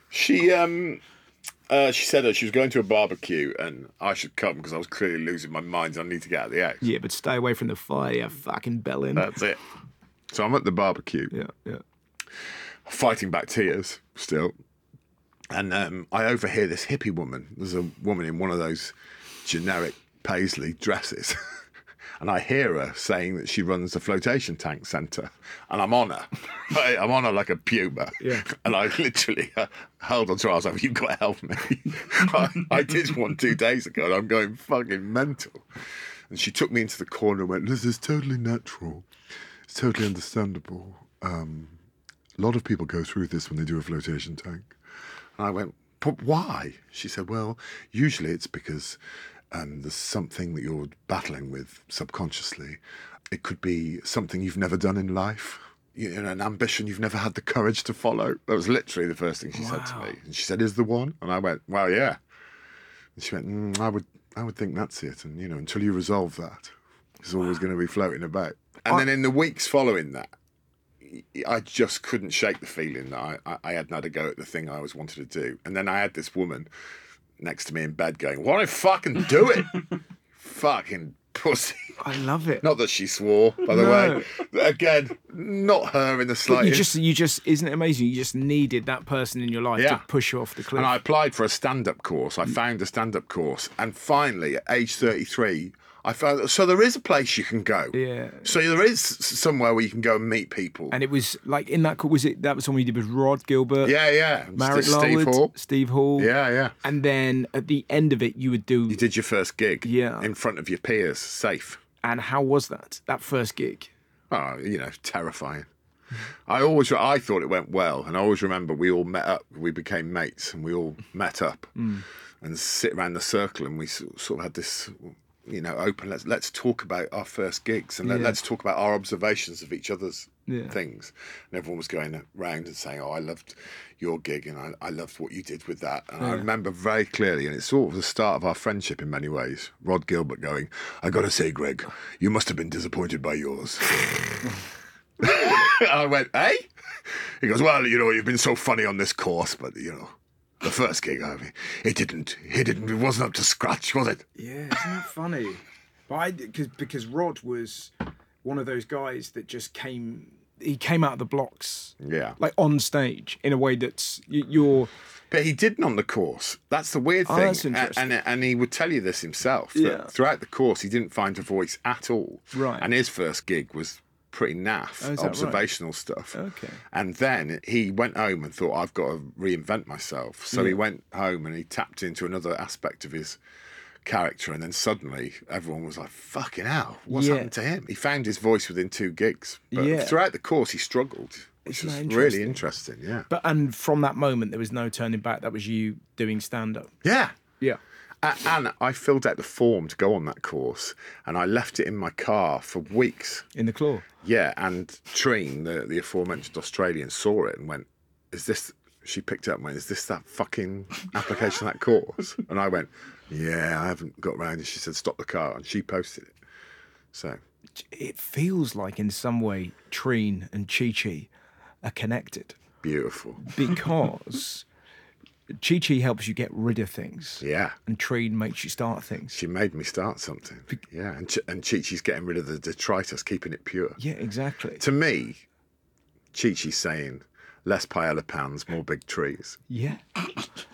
Speaker 2: She um, uh, she said that she was going to a barbecue and I should come because I was clearly losing my mind. I need to get out of the house.
Speaker 1: yeah, but stay away from the fire, you fucking bellend.
Speaker 2: That's it. So I'm at the barbecue,
Speaker 1: yeah, yeah.
Speaker 2: fighting back tears still, and um, I overhear this hippie woman. There's a woman in one of those generic paisley dresses. [LAUGHS] And I hear her saying that she runs the flotation tank centre, and I'm on her. I'm on her like a puma.
Speaker 1: Yeah.
Speaker 2: And I literally uh, held on to her. I was like, "You've got to help me." [LAUGHS] I, I did one two days ago, and I'm going fucking mental. And she took me into the corner and went, "This is totally natural. It's totally understandable. Um, a lot of people go through this when they do a flotation tank." And I went, but why? She said, well, usually it's because um, there's something that you're battling with subconsciously. It could be something you've never done in life, you know, an ambition you've never had the courage to follow. That was literally the first thing she said to me. And she said, is the one? And I went, well, yeah. And she went, mm, I would, I would think that's it. And you know, until you resolve that, it's always going to be floating about. And then in the weeks following that, I just couldn't shake the feeling that I, I, I hadn't had a go at the thing I always wanted to do. And then I had this woman next to me in bed going, Why don't I fucking
Speaker 1: [LAUGHS]
Speaker 2: do it? fucking pussy. [LAUGHS]
Speaker 1: I love it.
Speaker 2: Not that she swore, by the
Speaker 1: No.
Speaker 2: way. Again, not her in the
Speaker 1: you
Speaker 2: slightest.
Speaker 1: just, you just, isn't it amazing? You just needed that person in your life
Speaker 2: Yeah.
Speaker 1: to push you off the cliff.
Speaker 2: And I applied for a stand up course. I
Speaker 1: Mm.
Speaker 2: found a stand up course. And finally, at age 33, I found that. So there is a place you can go.
Speaker 1: Yeah.
Speaker 2: So there is somewhere where you can go and meet people.
Speaker 1: and it was like in that, co- was it, that was someone you did with Rod Gilbert?
Speaker 2: yeah, yeah.
Speaker 1: Marek
Speaker 2: St- Steve
Speaker 1: Lawlord,
Speaker 2: Hall.
Speaker 1: Steve Hall.
Speaker 2: Yeah, yeah.
Speaker 1: And then at the end of it, you would do.
Speaker 2: You did your first gig
Speaker 1: Yeah.
Speaker 2: in front of your peers, safe.
Speaker 1: And how was that? That first gig?
Speaker 2: Oh, you know, terrifying. I always, I thought it went well, and I always remember we all met up. We became mates, and we all met up
Speaker 1: Mm.
Speaker 2: and sit around the circle, and we s- sort of had this, you know, open. Let's let's talk about our first gigs, and let,
Speaker 1: Yeah.
Speaker 2: let's talk about our observations of each other's
Speaker 1: Yeah.
Speaker 2: things. And everyone was going around and saying, "Oh, I loved your gig, and I, I loved what you did with that." And I remember very clearly, and it's sort of the start of our friendship in many ways. Rod Gilbert going, "I got to say, Greg, you must have been disappointed by yours." And [LAUGHS] I went, eh? He goes, well, you know, you've been so funny on this course, but you know, the first gig, I mean, it didn't, it didn't, it wasn't up to scratch, was it?
Speaker 1: Yeah, isn't that funny? But I, cause, because Rod was one of those guys that just came, he came out of the blocks.
Speaker 2: Yeah.
Speaker 1: Like on stage in a way that's y- you're.
Speaker 2: But he didn't on the course. That's the weird
Speaker 1: Oh,
Speaker 2: thing.
Speaker 1: that's interesting.
Speaker 2: And, uh, and and he would tell you this himself.
Speaker 1: Yeah.
Speaker 2: That throughout the course, he didn't find a voice at all.
Speaker 1: Right.
Speaker 2: And his first gig was pretty naff
Speaker 3: is that right?
Speaker 2: observational stuff.
Speaker 3: Okay.
Speaker 2: And then he went home and thought, I've got to reinvent myself. So he went home and he tapped into another aspect of his character. And then suddenly everyone was like, fucking hell, what's
Speaker 3: Yeah.
Speaker 2: happened to him? He found his voice within two gigs. But
Speaker 3: Yeah.
Speaker 2: throughout the course, he struggled, which
Speaker 3: Isn't
Speaker 2: was
Speaker 3: that
Speaker 2: really interesting. Yeah.
Speaker 1: But and from that moment, there was no turning back. That was you doing stand up.
Speaker 2: yeah.
Speaker 3: Yeah.
Speaker 2: A- And I filled out the form to go on that course, and I left it in my car for weeks.
Speaker 1: in the claw.
Speaker 2: Yeah, and Trine, the, the aforementioned Australian, saw it and went, Is this, she picked it up and went, Is this that fucking application, that course? And I went, Yeah, I haven't got round. And she said, Stop the car. And she posted it. So,
Speaker 1: It feels like in some way Treen and Chi Chi are
Speaker 2: [LAUGHS]
Speaker 1: connected
Speaker 2: beautiful.
Speaker 1: because Chi Chi helps you get rid of things
Speaker 2: Yeah.
Speaker 1: and Treen makes you start things.
Speaker 2: She made me start something. Yeah. And, Ch- and Chi Chi's getting rid of the detritus, keeping it pure.
Speaker 1: Yeah, exactly.
Speaker 2: To me, Chi Chi's saying, Less paella pans, more big trees.
Speaker 1: Yeah.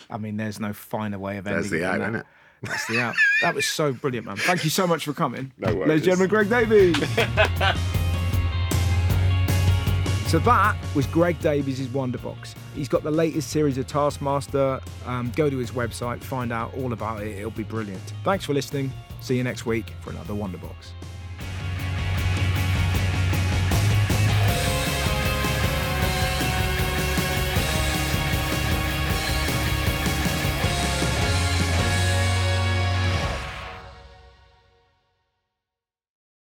Speaker 1: I mean, there's no finer way of
Speaker 2: There's
Speaker 1: ending
Speaker 2: the
Speaker 1: it
Speaker 2: out,
Speaker 1: than
Speaker 2: isn't
Speaker 1: that.
Speaker 2: it?
Speaker 1: That's the out. That was so brilliant, man.
Speaker 3: Thank you so much for coming.
Speaker 2: No
Speaker 3: Ladies and
Speaker 2: worries.
Speaker 3: gentlemen, Greg Davies.
Speaker 5: So that was Greg Davies' Wonderbox. He's got the latest series of Taskmaster. Um, go to his website, find out all about it. It'll be brilliant. Thanks for listening. See you next week for another Wonderbox.